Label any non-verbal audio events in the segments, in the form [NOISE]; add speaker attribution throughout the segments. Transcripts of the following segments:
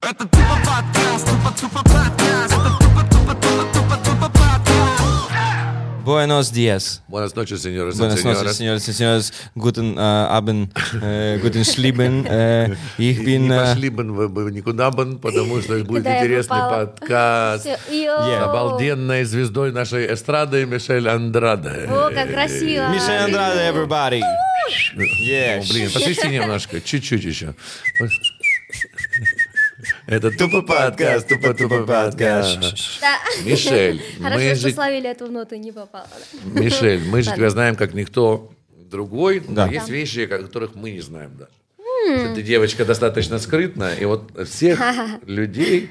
Speaker 1: Это тупо подкаст, тупо тупо подкаст. Это тупо тупо тупо тупо тупо подкаст.
Speaker 2: Буэнос диас.
Speaker 3: Buenas noches, señores y
Speaker 2: Buenas noches,
Speaker 3: señoras.
Speaker 2: señores y señores. Guten äh, Abend, äh, guten Schlieben. Äh, ich
Speaker 3: И
Speaker 2: bin...
Speaker 3: не
Speaker 2: Äh,
Speaker 3: пошли бы вы бы никуда бы, потому что будет
Speaker 4: Куда я
Speaker 3: интересный
Speaker 4: попала?
Speaker 3: подкаст.
Speaker 4: Всё,
Speaker 3: С
Speaker 4: йоу.
Speaker 3: обалденной звездой нашей эстрады Мишель Андраде.
Speaker 4: О,
Speaker 2: э,
Speaker 4: как красиво.
Speaker 2: Миша Andrade, everybody. Yeah.
Speaker 3: О, блин, посвисти немножко, чуть-чуть еще. Это тупо подкаст, тупо тупо подкаст.
Speaker 4: Да.
Speaker 3: Мишель, мы
Speaker 4: Хорошо, что
Speaker 3: же,
Speaker 4: словили эту в ноту, не попала. да.
Speaker 3: Мишель, мы же тебя знаем как никто другой, но
Speaker 2: Да.
Speaker 3: есть вещи, о которых мы не знаем даже. Что Ты девочка достаточно скрытная, и вот всех людей,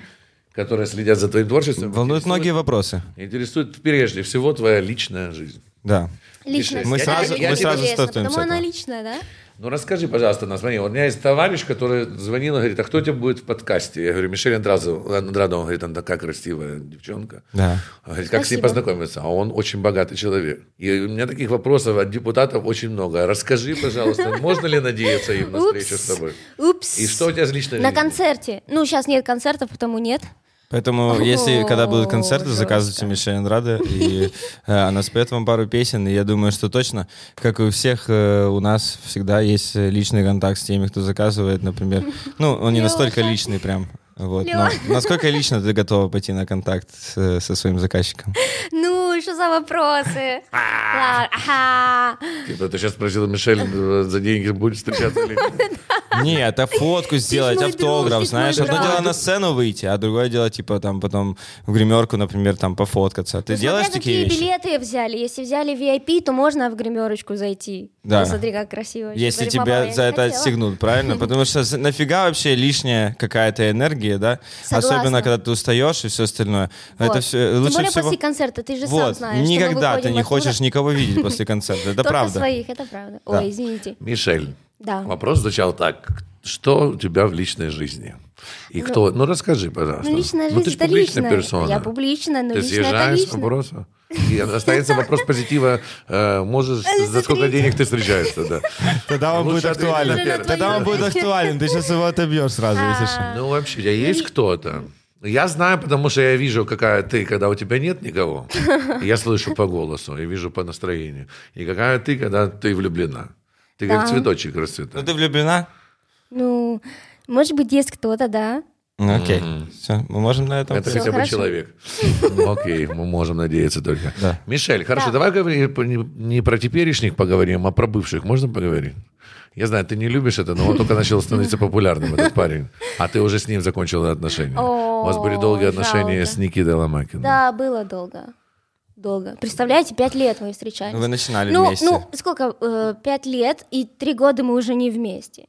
Speaker 3: которые следят за твоим творчеством,
Speaker 2: Волнуют
Speaker 3: интересует-
Speaker 2: многие вопросы.
Speaker 3: Интересует прежде всего твоя личная жизнь.
Speaker 2: Да.
Speaker 4: Личность.
Speaker 3: Мы
Speaker 4: Это
Speaker 2: сразу-
Speaker 4: очень
Speaker 3: мы сразу
Speaker 4: интересно,
Speaker 2: стартуем с
Speaker 4: Потому она
Speaker 2: этого.
Speaker 4: личная, да?
Speaker 3: Ну расскажи, пожалуйста, нам звони. Вот У меня есть товарищ, который звонил и говорит, а кто тебе будет в подкасте? Я говорю, Мишель Андразов- Андрада. Он говорит, она такая красивая девчонка.
Speaker 2: Да.
Speaker 3: Он говорит, как с ней
Speaker 4: Спасибо.
Speaker 3: познакомиться? А он очень богатый человек. И у меня таких вопросов от депутатов очень много. Расскажи, пожалуйста,
Speaker 4: [LAUGHS]
Speaker 3: можно ли надеяться им на встречу с тобой?
Speaker 4: Упс.
Speaker 3: И что у тебя с личной
Speaker 4: На
Speaker 3: жизнью?
Speaker 4: концерте. Ну, сейчас нет концертов, потому нет.
Speaker 2: Поэтому, если когда будут
Speaker 4: О,
Speaker 2: концерты,
Speaker 4: жестко.
Speaker 2: заказывайте Мишель Андрада, и э, она споет вам пару песен, и я думаю, что точно, как и у всех, э, у нас всегда есть э, личный контакт с теми, кто заказывает, например. Ну, он не настолько
Speaker 4: Лёша.
Speaker 2: личный прям, вот. но
Speaker 4: Лёша.
Speaker 2: насколько лично ты готова пойти на контакт с- э, со своим заказчиком?
Speaker 4: Ну, что за вопросы?
Speaker 3: А.
Speaker 4: Ладно, ага.
Speaker 3: Типа, ты сейчас спросила, Мишель э, за деньги будет встречаться или
Speaker 4: [LAUGHS]
Speaker 3: нет?
Speaker 2: Нет, а фотку сделать,
Speaker 4: мой друг,
Speaker 2: автограф,
Speaker 4: ты ж
Speaker 2: знаешь.
Speaker 4: мой
Speaker 2: Одно
Speaker 4: друг.
Speaker 2: дело на сцену выйти, а другое дело, типа, там, потом в гримерку, например, там, пофоткаться. Ты
Speaker 4: Ну, смотря
Speaker 2: делаешь такие
Speaker 4: какие
Speaker 2: вещи?
Speaker 4: билеты взяли. Если взяли VIP, то можно в гримерочку зайти.
Speaker 2: Да.
Speaker 4: Посмотри, как красиво.
Speaker 2: Если
Speaker 4: Говорю, «Мама, я
Speaker 2: тебя
Speaker 4: не
Speaker 2: за это
Speaker 4: хотела».
Speaker 2: отстегнут, правильно? Потому что с- нафига вообще лишняя какая-то энергия, да?
Speaker 4: Согласна.
Speaker 2: Особенно, когда ты устаешь и все остальное. Это
Speaker 4: Вот.
Speaker 2: все
Speaker 4: Тем
Speaker 2: лучше
Speaker 4: более
Speaker 2: всего...
Speaker 4: после концерта, ты же сам
Speaker 2: вот,
Speaker 4: знаешь, что мы
Speaker 2: никогда ты
Speaker 4: выходим
Speaker 2: не
Speaker 4: оттуда.
Speaker 2: хочешь никого видеть после концерта, это
Speaker 4: Только
Speaker 2: правда.
Speaker 4: своих, это правда.
Speaker 2: Да.
Speaker 4: Ой, извините.
Speaker 3: Мишель,
Speaker 4: Да.
Speaker 3: вопрос звучал так. Что у тебя в личной жизни? И кто? Ну, расскажи, пожалуйста.
Speaker 4: Ну, личная
Speaker 3: Ну,
Speaker 4: жизнь
Speaker 3: ты ж
Speaker 4: это
Speaker 3: публичная
Speaker 4: личная.
Speaker 3: персона.
Speaker 4: Я публичная, но
Speaker 3: Ты
Speaker 4: личная это
Speaker 3: съезжаешь с
Speaker 4: личная.
Speaker 3: вопроса? И остается вопрос позитива. э,
Speaker 4: [LAUGHS]
Speaker 3: Можешь, за сколько денег ты встречаешься, да.
Speaker 2: Тогда он
Speaker 3: Лучше
Speaker 2: будет
Speaker 3: ответь на
Speaker 2: актуален.
Speaker 3: первое.
Speaker 2: Тогда он будет актуален, ты сейчас его отобьешь сразу, если
Speaker 4: А.
Speaker 2: что.
Speaker 3: Ну, вообще, у тебя есть кто-то? Я знаю, потому что я вижу, какая ты, когда у тебя нет
Speaker 4: [LAUGHS]
Speaker 3: никого. Я слышу по голосу, я вижу по настроению. И какая ты, когда ты влюблена. Ты как
Speaker 4: Да.
Speaker 3: цветочек расцветаешь.
Speaker 2: Ну ты влюблена?
Speaker 4: Ну, может быть, есть кто-то, да.
Speaker 2: Ну, Окей, все, мы можем на этом...
Speaker 3: Это
Speaker 4: Ну Всё
Speaker 3: хотя бы
Speaker 4: хорошо. [LAUGHS]
Speaker 3: человек. Ну, Окей, мы можем надеяться только.
Speaker 2: Да.
Speaker 3: Мишель, хорошо,
Speaker 4: Да.
Speaker 3: давай говори по- не- не про теперешних поговорим, а про бывших. Можно поговорить? Я знаю, ты не любишь это, но он только начал
Speaker 4: [LAUGHS]
Speaker 3: становиться популярным, этот парень. А ты уже с ним закончила отношения.
Speaker 4: О,
Speaker 3: У вас были долгие отношения
Speaker 4: жалко.
Speaker 3: с Никитой Ломакиным.
Speaker 4: Да, было долго. Долго. Представляете, пять лет мы встречались.
Speaker 2: Вы начинали
Speaker 4: ну,
Speaker 2: вместе.
Speaker 4: ну, сколько? э, Пять лет, и три года мы уже не вместе.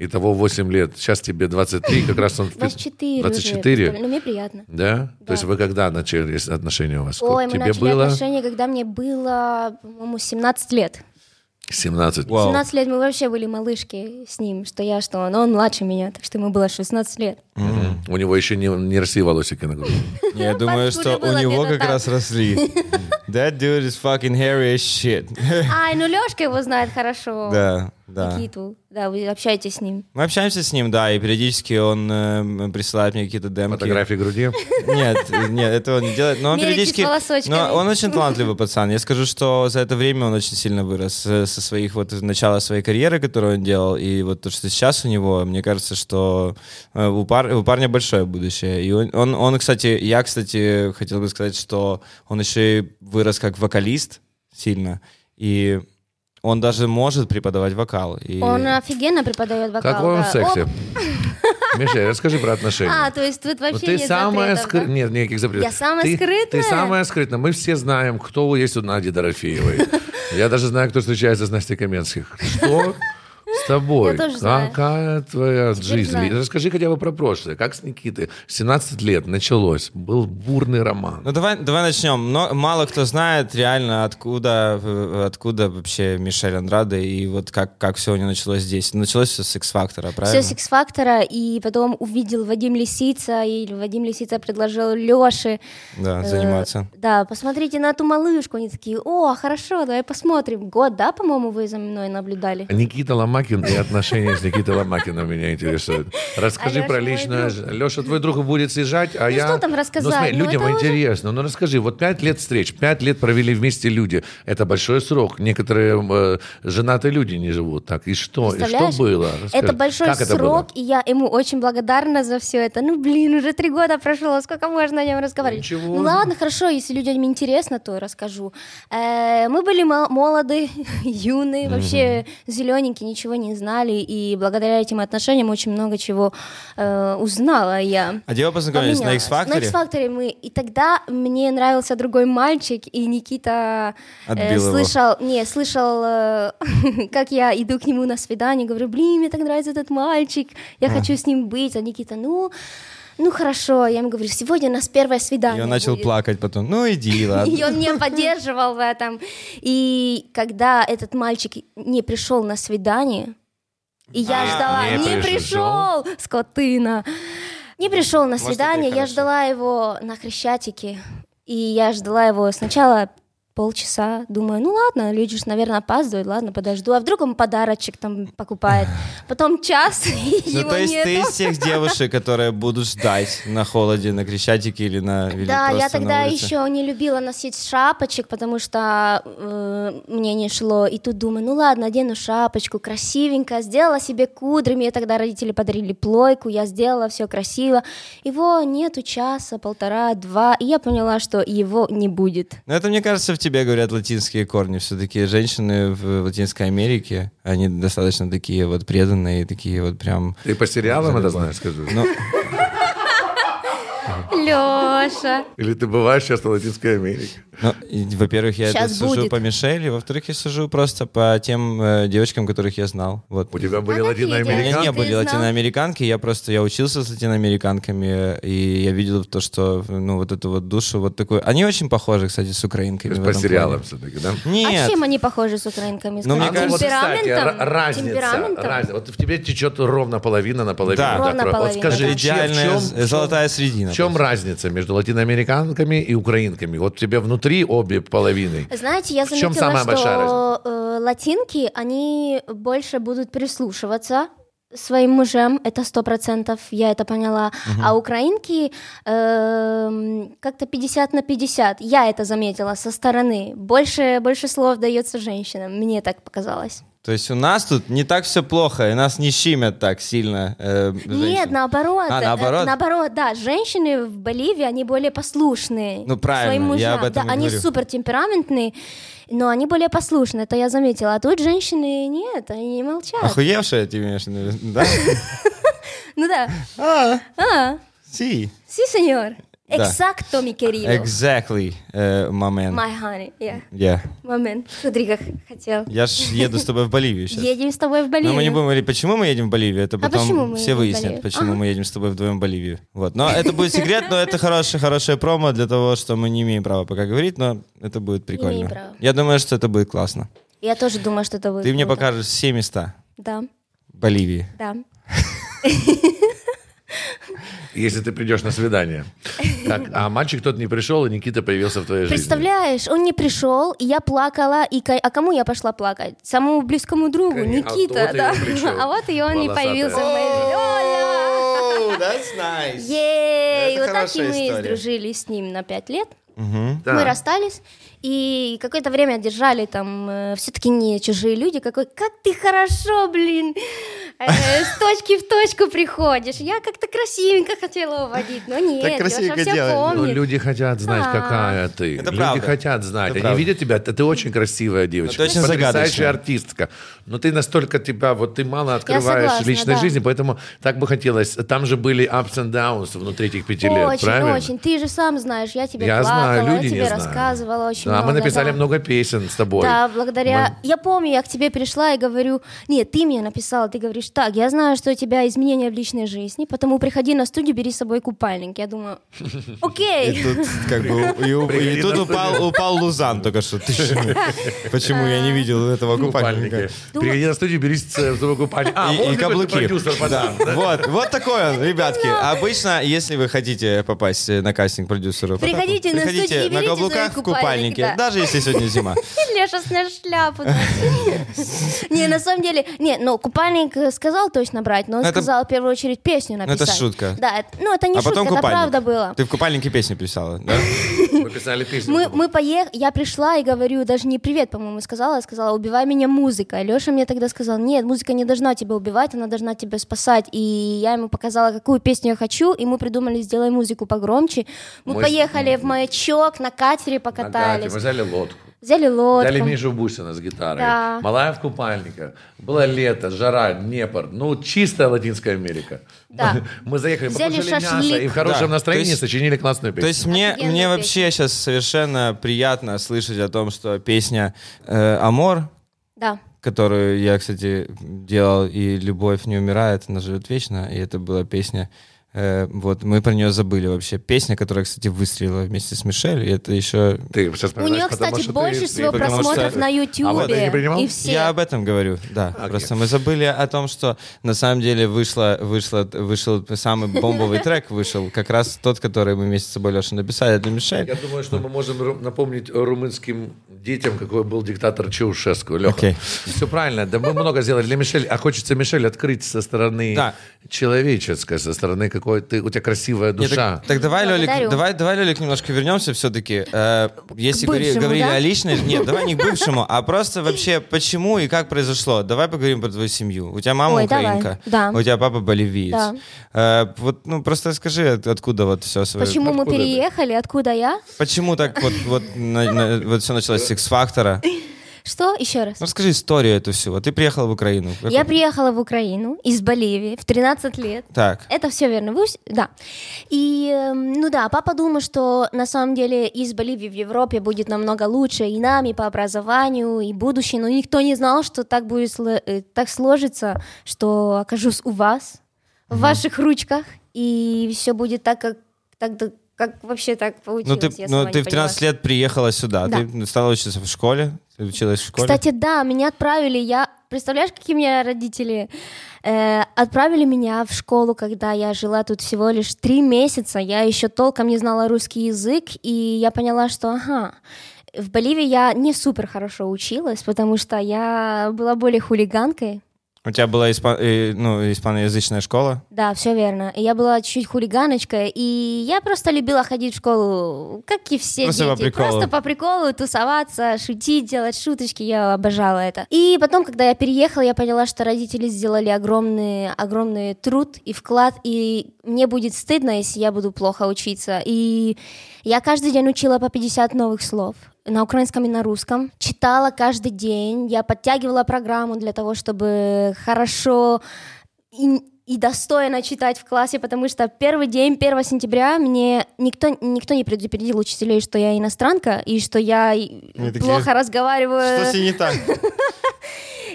Speaker 3: Итого 8 лет. Сейчас тебе 23, как раз он... в пи-
Speaker 4: 24
Speaker 3: 24?
Speaker 4: уже. Ну, мне приятно.
Speaker 3: Да? То есть вы когда начали отношения у вас?
Speaker 4: Ой, мы
Speaker 3: тебе
Speaker 4: начали
Speaker 3: было
Speaker 4: отношения, когда мне было, по-моему, 17 лет.
Speaker 3: 17.
Speaker 2: Вау.
Speaker 4: 17 лет мы вообще были малышки с ним, что я, что он. Он младше меня, так что ему было 16 лет.
Speaker 3: Мгм. У него еще не, не росли волосики на груди.
Speaker 2: Я думаю, что
Speaker 4: Подкуда
Speaker 2: у
Speaker 4: ну, было
Speaker 2: него
Speaker 4: где-то
Speaker 2: как
Speaker 4: там.
Speaker 2: раз
Speaker 4: [LAUGHS]
Speaker 2: росли. That dude is fucking hairy as shit.
Speaker 4: Ай, ну Лешка его знает хорошо.
Speaker 2: Да, да.
Speaker 4: Никиту. Да, вы общаетесь с ним.
Speaker 2: Мы общаемся с ним, да, и периодически он эм, присылает мне какие-то демки.
Speaker 3: Фотографии груди.
Speaker 2: Нет, нет, этого он не делает. Но он
Speaker 4: Меритесь
Speaker 2: периодически...
Speaker 4: волосочками.
Speaker 2: Но он очень талантливый пацан. Я скажу, что за это время он очень сильно вырос э, со своих вот из начала своей карьеры, которую он делал, и вот то, что сейчас у него, мне кажется, что э, у, пар- у парня большое будущее. И он, он, он, кстати, я, кстати, хотел бы сказать, что он еще и вырос как вокалист сильно, и он даже может преподавать вокал. И...
Speaker 4: Он э, офигенно преподает вокал.
Speaker 3: Как вам
Speaker 4: да.
Speaker 3: в сексе?
Speaker 4: Оп.
Speaker 3: Миша, расскажи
Speaker 4: [LAUGHS]
Speaker 3: про отношения.
Speaker 4: А, то есть тут
Speaker 3: Ну,
Speaker 4: вообще
Speaker 3: ты
Speaker 4: нет
Speaker 3: самая
Speaker 4: запретов,
Speaker 3: скры-
Speaker 4: да?
Speaker 3: Нет, никаких запретов.
Speaker 4: Я самая
Speaker 3: ты, Ты
Speaker 4: скрытная?
Speaker 3: самая скрытная. Мы все знаем, кто есть у Нади Дорофеевой. Я даже знаю, кто встречается с Настей Каменских. Что с тобой?
Speaker 4: Я тоже знаю.
Speaker 3: Какая твоя жизнь?
Speaker 4: знаю.
Speaker 3: Расскажи хотя бы про прошлое. Как с Никитой? 17 лет началось. Был бурный роман.
Speaker 2: Ну давай, давай начнем. Но мало кто знает реально откуда, э, откуда вообще Мишель Андраде и вот как, как все у него началось здесь. Началось все с X-фактора, правильно?
Speaker 4: Все с X-фактора, и потом увидел Вадим Лисица, и Вадим Лисица предложил Лёше. э,
Speaker 2: Да, заниматься.
Speaker 4: да, посмотрите на ту малышку. Они такие, о, хорошо, давай посмотрим. Год, да, по-моему, вы за мной наблюдали?
Speaker 3: А Никита Ломакин Ломакин и отношения с Никитой Ломакиным меня интересуют. Расскажи
Speaker 4: А
Speaker 3: про
Speaker 4: Лёша мой
Speaker 3: личное...
Speaker 4: друг.
Speaker 3: жи- Леша, твой друг будет съезжать, а
Speaker 4: Ну,
Speaker 3: я...
Speaker 4: что там рассказать?
Speaker 3: Ну, смотри,
Speaker 4: Ну,
Speaker 3: людям
Speaker 4: это уже-
Speaker 3: интересно. Ну, расскажи, вот пять лет встреч, пять лет провели вместе люди. Это большой срок. Некоторые э, женатые люди не живут так. И что? И что
Speaker 4: Представляешь?
Speaker 3: было? Расскажи.
Speaker 4: Это большой
Speaker 3: Как это было?
Speaker 4: срок, и я ему очень благодарна за все это. Ну, блин, уже три года прошло, сколько можно о нем разговаривать?
Speaker 3: Ничего.
Speaker 4: Ну, ладно, хорошо, если людям интересно, то и расскажу. Э, мы были мал- молоды, [LAUGHS] юны, вообще зелененькие, ничего не знали, и благодаря этим отношениям очень много чего э, узнала я.
Speaker 2: А где вы познакомились? На
Speaker 4: Поменялась. На
Speaker 2: X-Factor?
Speaker 4: X-Factor мы. И тогда мне нравился другой мальчик, и Никита э,
Speaker 2: Отбил его.
Speaker 4: слышал, не, слышал, э, [LAUGHS] как я иду к нему на свидание, говорю, блин, мне так нравится этот мальчик, я хочу с ним быть, а Никита, ну, ну хорошо, я ему говорю, сегодня у нас первое свидание.
Speaker 2: И он начал
Speaker 4: будет».
Speaker 2: плакать потом. Ну
Speaker 4: [LAUGHS]
Speaker 2: иди,
Speaker 4: И
Speaker 2: ладно.
Speaker 4: он меня поддерживал в этом. И когда этот мальчик не пришел на свидание, и я
Speaker 2: А,
Speaker 4: ждала,
Speaker 3: не
Speaker 4: не
Speaker 3: пришел.
Speaker 4: пришел, скотына, не пришел на
Speaker 2: Может, это и
Speaker 4: свидание, я
Speaker 2: хорошо.
Speaker 4: ждала его на Хрещатике, и я ждала его сначала полчаса, думаю, ну ладно, люди же, наверное, опаздывают, ладно, подожду, а вдруг он подарочек там покупает, потом час, [LAUGHS] и
Speaker 2: Ну,
Speaker 4: его
Speaker 2: то есть ты
Speaker 4: нету.
Speaker 2: из тех девушек, которые будут ждать на холоде, на Крещатике или на или
Speaker 4: Да, я
Speaker 2: просто на
Speaker 4: тогда
Speaker 2: улице?
Speaker 4: еще не любила носить шапочек, потому что э, мне не шло. И тут думаю, ну ладно, одену шапочку красивенько, сделала себе кудри. Мне тогда родители подарили плойку, я сделала все красиво. Его нету часа, полтора, два, и я поняла, что его не будет.
Speaker 2: Ну, это, мне кажется, в тебе говорят латинские корни. Все-таки женщины в Латинской Америке, они достаточно такие вот преданные, такие вот прям...
Speaker 3: Ты по сериалам это знаешь, скажу?
Speaker 2: Ну,
Speaker 4: Леша.
Speaker 3: Или ты бываешь сейчас в Латинской Америке?
Speaker 2: ну, и, во-первых, я это
Speaker 4: Щас
Speaker 2: сужу
Speaker 4: будет.
Speaker 2: по Мишели, во-вторых, я сужу просто по тем э, девочкам, которых я знал. Вот.
Speaker 3: У тебя были
Speaker 4: А какие
Speaker 2: У меня не
Speaker 3: латиноамериканцы?
Speaker 4: девочки?
Speaker 2: были
Speaker 4: Ты знал?
Speaker 2: латиноамериканки, я просто я учился с латиноамериканками, и я видел то, что ну вот эту вот душу вот такую. Они очень похожи, кстати, с украинками.
Speaker 3: То есть
Speaker 2: в
Speaker 3: По
Speaker 2: этом плане.
Speaker 3: сериалам все-таки, да?
Speaker 4: А
Speaker 2: Нет.
Speaker 4: чем они похожи с украинками?
Speaker 2: Ну, мне
Speaker 4: скажи?
Speaker 3: А ну вот, кстати,
Speaker 4: Темпераментом?
Speaker 3: ра- разница,
Speaker 4: Темпераментом?
Speaker 3: разница. Вот в тебе течет ровно половина на половину.
Speaker 2: Да.
Speaker 4: Ровно
Speaker 3: Вот
Speaker 4: половина.
Speaker 3: скажи,
Speaker 2: Это
Speaker 3: че-
Speaker 2: идеальная
Speaker 3: А в
Speaker 2: з-
Speaker 3: чем,
Speaker 2: золотая средина.
Speaker 3: В чем разница между латиноамериканками и украинками? Вот тебе внутри обе половины.
Speaker 4: Знаете, я
Speaker 3: В чем
Speaker 4: заметила,
Speaker 3: самая большая
Speaker 4: что э, латинки, они больше будут прислушиваться своим мужем, это сто процентов, я это поняла. А украинки эм, как-то 50 на 50, я это заметила со стороны. Больше, больше слов дается женщинам, мне так показалось.
Speaker 2: То есть у нас тут не так все плохо, и нас не щемят так сильно. э,
Speaker 4: Нет,
Speaker 2: женщин.
Speaker 4: наоборот.
Speaker 2: А,
Speaker 4: Э,
Speaker 2: наоборот?
Speaker 4: наоборот, да. Женщины в Боливии, они более послушные.
Speaker 2: Ну, правильно,
Speaker 4: Своим мужьям.
Speaker 2: я об этом
Speaker 4: да,
Speaker 2: и
Speaker 4: они
Speaker 2: говорю.
Speaker 4: супер темпераментные, но они более послушные, это я заметила. А тут женщины нет, они не молчат.
Speaker 2: Охуевшая ты имеешь в виду, да?
Speaker 4: Ну да. [LAUGHS] А,
Speaker 2: Си.
Speaker 4: си, сеньор.
Speaker 2: Да.
Speaker 4: Exacto, mi querido.
Speaker 2: Exactly, э, my man.
Speaker 4: My honey, yeah.
Speaker 2: Yeah.
Speaker 4: Момент. Смотри, как хотел.
Speaker 2: Я ж еду с тобой в
Speaker 4: [LAUGHS]
Speaker 2: Боливию сейчас.
Speaker 4: Едем с тобой в
Speaker 2: Но
Speaker 4: Боливию. А
Speaker 2: мы не будем говорить, почему мы едем в Боливию, это
Speaker 4: почему
Speaker 2: потом
Speaker 4: мы
Speaker 2: все
Speaker 4: едем в
Speaker 2: выяснят,
Speaker 4: Боливию?
Speaker 2: почему
Speaker 4: Ага.
Speaker 2: мы едем с тобой вдвоем в Боливию. Вот. Но это будет секрет, но это хорошее, хорошее промо для того, что мы не имеем права пока говорить, но это будет
Speaker 4: Имеем
Speaker 2: прикольно.
Speaker 4: право.
Speaker 2: Я думаю, что это будет классно.
Speaker 4: Я тоже думаю, что это будет
Speaker 2: Ты мне
Speaker 4: круто.
Speaker 2: покажешь все места
Speaker 4: Да,
Speaker 2: Боливии.
Speaker 4: да.
Speaker 3: Если ты придешь на свидание. Так, а мальчик тот не пришел, и Никита появился в твоей жизни.
Speaker 4: Представляешь, он не пришел, и я плакала, и ко- а кому я пошла плакать? Самому близкому другу,
Speaker 3: Конечно, а
Speaker 4: Никита,
Speaker 3: вот и
Speaker 4: да.
Speaker 3: он пришел.
Speaker 4: [LAUGHS] а вот и он и
Speaker 3: Волосатый.
Speaker 4: появился в моей жизни. Оля! Ей!
Speaker 2: Это
Speaker 4: Вот так и
Speaker 2: хорошая
Speaker 4: мы
Speaker 2: история.
Speaker 4: сдружились с ним на пять лет.
Speaker 3: Да.
Speaker 4: Мы расстались, и какое-то время держали там все-таки не чужие люди. Какой, как ты хорошо, блин! э, с точки в точку приходишь. Я как-то красивенько хотела уводить, но нет, Леша
Speaker 2: красивенько
Speaker 4: все
Speaker 2: делаешь, ну,
Speaker 3: Но
Speaker 4: помнит.
Speaker 3: люди хотят знать,
Speaker 4: А.
Speaker 3: какая ты.
Speaker 2: Это
Speaker 3: люди
Speaker 2: правда.
Speaker 3: хотят знать.
Speaker 2: Это
Speaker 3: Они
Speaker 2: правда.
Speaker 3: видят тебя, ты, ты очень красивая девочка.
Speaker 2: Ну, ты очень загадочная.
Speaker 3: потрясающая артистка. Но ты настолько тебя, вот ты мало открываешь
Speaker 4: согласна,
Speaker 3: личной
Speaker 4: да.
Speaker 3: жизни, поэтому так бы хотелось. Там же были ups and downs внутри этих пяти лет,
Speaker 4: очень,
Speaker 3: правильно?
Speaker 4: очень. Ты же сам знаешь, я тебе
Speaker 3: Я
Speaker 4: плакала,
Speaker 3: знаю, люди
Speaker 4: я тебе
Speaker 3: не знают.
Speaker 4: рассказывала очень
Speaker 3: да,
Speaker 4: много.
Speaker 3: мы написали
Speaker 4: да.
Speaker 3: много песен с тобой.
Speaker 4: Да, благодаря... Я помню, я к тебе пришла и говорю, нет, ты мне написала, ты говоришь, так, я знаю, что у тебя изменения в личной жизни, потому приходи на студию, бери с собой купальник.
Speaker 3: [LAUGHS]
Speaker 4: Я думаю,
Speaker 2: И
Speaker 4: окей.
Speaker 2: тут, как бы, и, у-
Speaker 3: Приходи
Speaker 2: и тут
Speaker 3: на
Speaker 2: упал, упал Лузан только что. Ты чё? Почему я не видел этого купальника?
Speaker 3: Купальники. Приходи на студию, берись с собой купальник. А, вот
Speaker 2: И, и
Speaker 3: какой
Speaker 2: каблуки.
Speaker 3: ты продюсер,
Speaker 2: Да.
Speaker 3: пацан.
Speaker 2: Вот, вот такой он, ребятки. Обычно, если вы хотите попасть э, на кастинг продюсера,
Speaker 4: Приходите на сегодня
Speaker 2: ходите
Speaker 4: не
Speaker 2: на
Speaker 4: берите
Speaker 2: каблуках в
Speaker 4: свой купальник,
Speaker 2: купальнике,
Speaker 4: да.
Speaker 2: даже если сегодня зима.
Speaker 4: [LAUGHS] Леша, снять шляпу. [LAUGHS] Не, на самом деле, не, ну, купальник э, сказал точно брать, но он
Speaker 2: Это-
Speaker 4: сказал в первую очередь песню
Speaker 2: это
Speaker 4: написать.
Speaker 2: шутка.
Speaker 4: Да, это- ну, это не
Speaker 2: А
Speaker 4: шутка,
Speaker 2: потом
Speaker 4: это
Speaker 2: купальник.
Speaker 4: правда было.
Speaker 2: Ты в купальнике песню писала, да?
Speaker 3: Мы писали песню.
Speaker 4: Мы, мы поех... Я пришла и говорю, даже не привет, по-моему, сказала, я сказала, убивай меня музыка. Леша мне тогда сказал, нет, музыка не должна тебя убивать, она должна тебя спасать. И я ему показала, какую песню я хочу, и мы придумали, сделай музыку погромче. Мы,
Speaker 3: Мы с-
Speaker 4: поехали в маячок, на катере
Speaker 3: На Гате,
Speaker 4: покатались,
Speaker 3: Мы взяли лодку.
Speaker 4: взяли лодку.
Speaker 3: Взяли Мишу Бусина с гитарой.
Speaker 4: Да.
Speaker 3: Малая в купальниках. Было лето, жара, Днепр. Ну, чистая Латинская Америка.
Speaker 4: Да.
Speaker 3: Мы, [LAUGHS] мы заехали,
Speaker 4: Взяли
Speaker 3: покушали мясо
Speaker 4: шашлык.
Speaker 3: и в хорошем
Speaker 2: Да,
Speaker 3: настроении
Speaker 2: то есть-
Speaker 3: сочинили классную песню.
Speaker 2: То есть мне,
Speaker 4: Офигенная
Speaker 2: мне
Speaker 4: песня.
Speaker 2: вообще сейчас совершенно приятно слышать о том, что песня э, «Амор»,
Speaker 4: Да.
Speaker 2: которую я, кстати, делал, и «Любовь не умирает, она живет вечно», и это была песня, э, вот, мы про нее забыли вообще. Песня, которая, кстати, выстрелила вместе с Мишель, и это еще...
Speaker 3: Ты сейчас
Speaker 4: У
Speaker 3: вспоминаешь,
Speaker 4: нее,
Speaker 3: потому
Speaker 4: кстати,
Speaker 3: что ты-
Speaker 4: больше
Speaker 3: ты-
Speaker 4: всего
Speaker 2: потому что-
Speaker 4: просмотров на
Speaker 3: А вот ты не
Speaker 4: Ютубе.
Speaker 3: принимал?
Speaker 4: и все.
Speaker 2: Я об этом говорю, да. Просто мы забыли о том, что на самом деле вышло, вышло, вышел самый бомбовый трек, вышел как раз тот, который мы вместе с собой, Леша, написали для Мишель.
Speaker 3: Я думаю, что мы можем ру- напомнить румынским детям, какой был диктатор Чаушеску. Леха,
Speaker 2: Окей.
Speaker 3: все правильно. Да мы много сделали для Мишель. А хочется Мишель открыть со стороны
Speaker 2: Да.
Speaker 3: человеческой, со стороны какой ты, у тебя красивая
Speaker 2: Не, так-
Speaker 3: душа.
Speaker 2: Так, давай,
Speaker 4: Благодарю.
Speaker 2: Лёлик, давай, давай, Лёлик, немножко вернемся все-таки. если
Speaker 4: К
Speaker 2: говори-
Speaker 4: бывшему,
Speaker 2: говорили
Speaker 4: да?
Speaker 2: о личной... Нет, давай
Speaker 4: [LAUGHS]
Speaker 2: не к бывшему, а просто вообще почему и как произошло. Давай поговорим про твою семью. У тебя мама
Speaker 4: Ой, давай.
Speaker 2: украинка, а
Speaker 4: Да.
Speaker 2: у тебя папа боливиец.
Speaker 4: Да.
Speaker 2: Э, вот, ну, просто скажи, от- откуда вот все свое...
Speaker 4: Почему мы
Speaker 3: Откуда ты?
Speaker 4: переехали, откуда я?
Speaker 2: Почему так вот, вот, на- на- вот все началось с
Speaker 4: [LAUGHS]
Speaker 2: X-фактора?
Speaker 4: Что? Еще раз.
Speaker 2: Ну, Расскажи историю эту всю. Вот ты приехала в Украину.
Speaker 4: Я
Speaker 2: Как-
Speaker 4: приехала в Украину из Боливии в 13 лет.
Speaker 2: Так.
Speaker 4: Это все верно, вы, ус- да. И, эм, ну да, папа думал, что на самом деле из Боливии в Европе будет намного лучше и нам, и по образованию, и будущее, но никто не знал, что так будет, сло- э, так сложится, что окажусь у вас, в ваших ручках, и все будет так, как, так, да- как вообще так
Speaker 2: Ну,
Speaker 4: получилось.
Speaker 2: ты,
Speaker 4: я
Speaker 2: ну,
Speaker 4: сама
Speaker 2: ты
Speaker 4: не
Speaker 2: в 13
Speaker 4: поняла.
Speaker 2: лет приехала сюда.
Speaker 4: Да.
Speaker 2: Ты стала учиться в школе. Ты училась в школе.
Speaker 4: Кстати, да, меня отправили, я... Представляешь, какие у меня родители? Э, отправили меня в школу, когда я жила тут всего лишь три месяца. Я еще толком не знала русский язык, и я поняла, что ага, в Боливии я не супер хорошо училась, потому что я была более хулиганкой.
Speaker 2: У тебя была испа- э, ну, испаноязычная школа?
Speaker 4: Да, все верно. И Я была чуть-чуть хулиганочкой, и я просто любила ходить в школу, как и все
Speaker 2: Просто Ну, по
Speaker 4: дети.
Speaker 2: приколу.
Speaker 4: Просто по приколу тусоваться, шутить, делать шуточки. Я обожала это. И потом, когда я переехала, я поняла, что родители сделали огромный, огромный труд и вклад, и мне будет стыдно, если я буду плохо учиться. И я каждый день учила по 50 новых слов на украинском и на русском. Читала каждый день, я подтягивала программу для того, чтобы хорошо и, и достойно читать в классе, потому что первый день, 1 сентября, мне никто, никто не предупредил учителей, что я иностранка и что я и-
Speaker 2: Они такие,
Speaker 4: плохо разговариваю.
Speaker 2: с ней не так?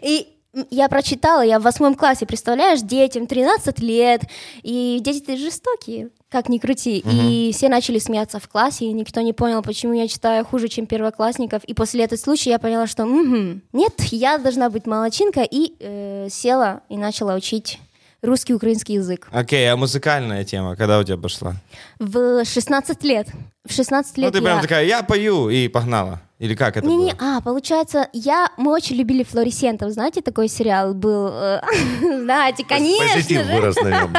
Speaker 4: И м, я прочитала, я в восьмом классе, представляешь, детям 13 лет, и дети жестокие, как ни крути. И все начали смеяться в классе, и никто не понял, почему я читаю хуже, чем первоклассников. И после этого случая я поняла, что мгм, нет, я должна быть молочинка, и э, села и начала учить русский украинский язык.
Speaker 2: Окей, а музыкальная тема, когда у тебя пошла?
Speaker 4: В 16 лет. В 16
Speaker 2: Ну,
Speaker 4: лет
Speaker 2: ты
Speaker 4: я...
Speaker 2: прям такая, я пою, и погнала. Или как это
Speaker 4: Не-не,
Speaker 2: было?
Speaker 4: а, получается, я, мы очень любили флоресентов, знаете, такой сериал был, э, [LAUGHS] знаете, конечно
Speaker 3: Позитив
Speaker 4: же,
Speaker 3: вырос на нем.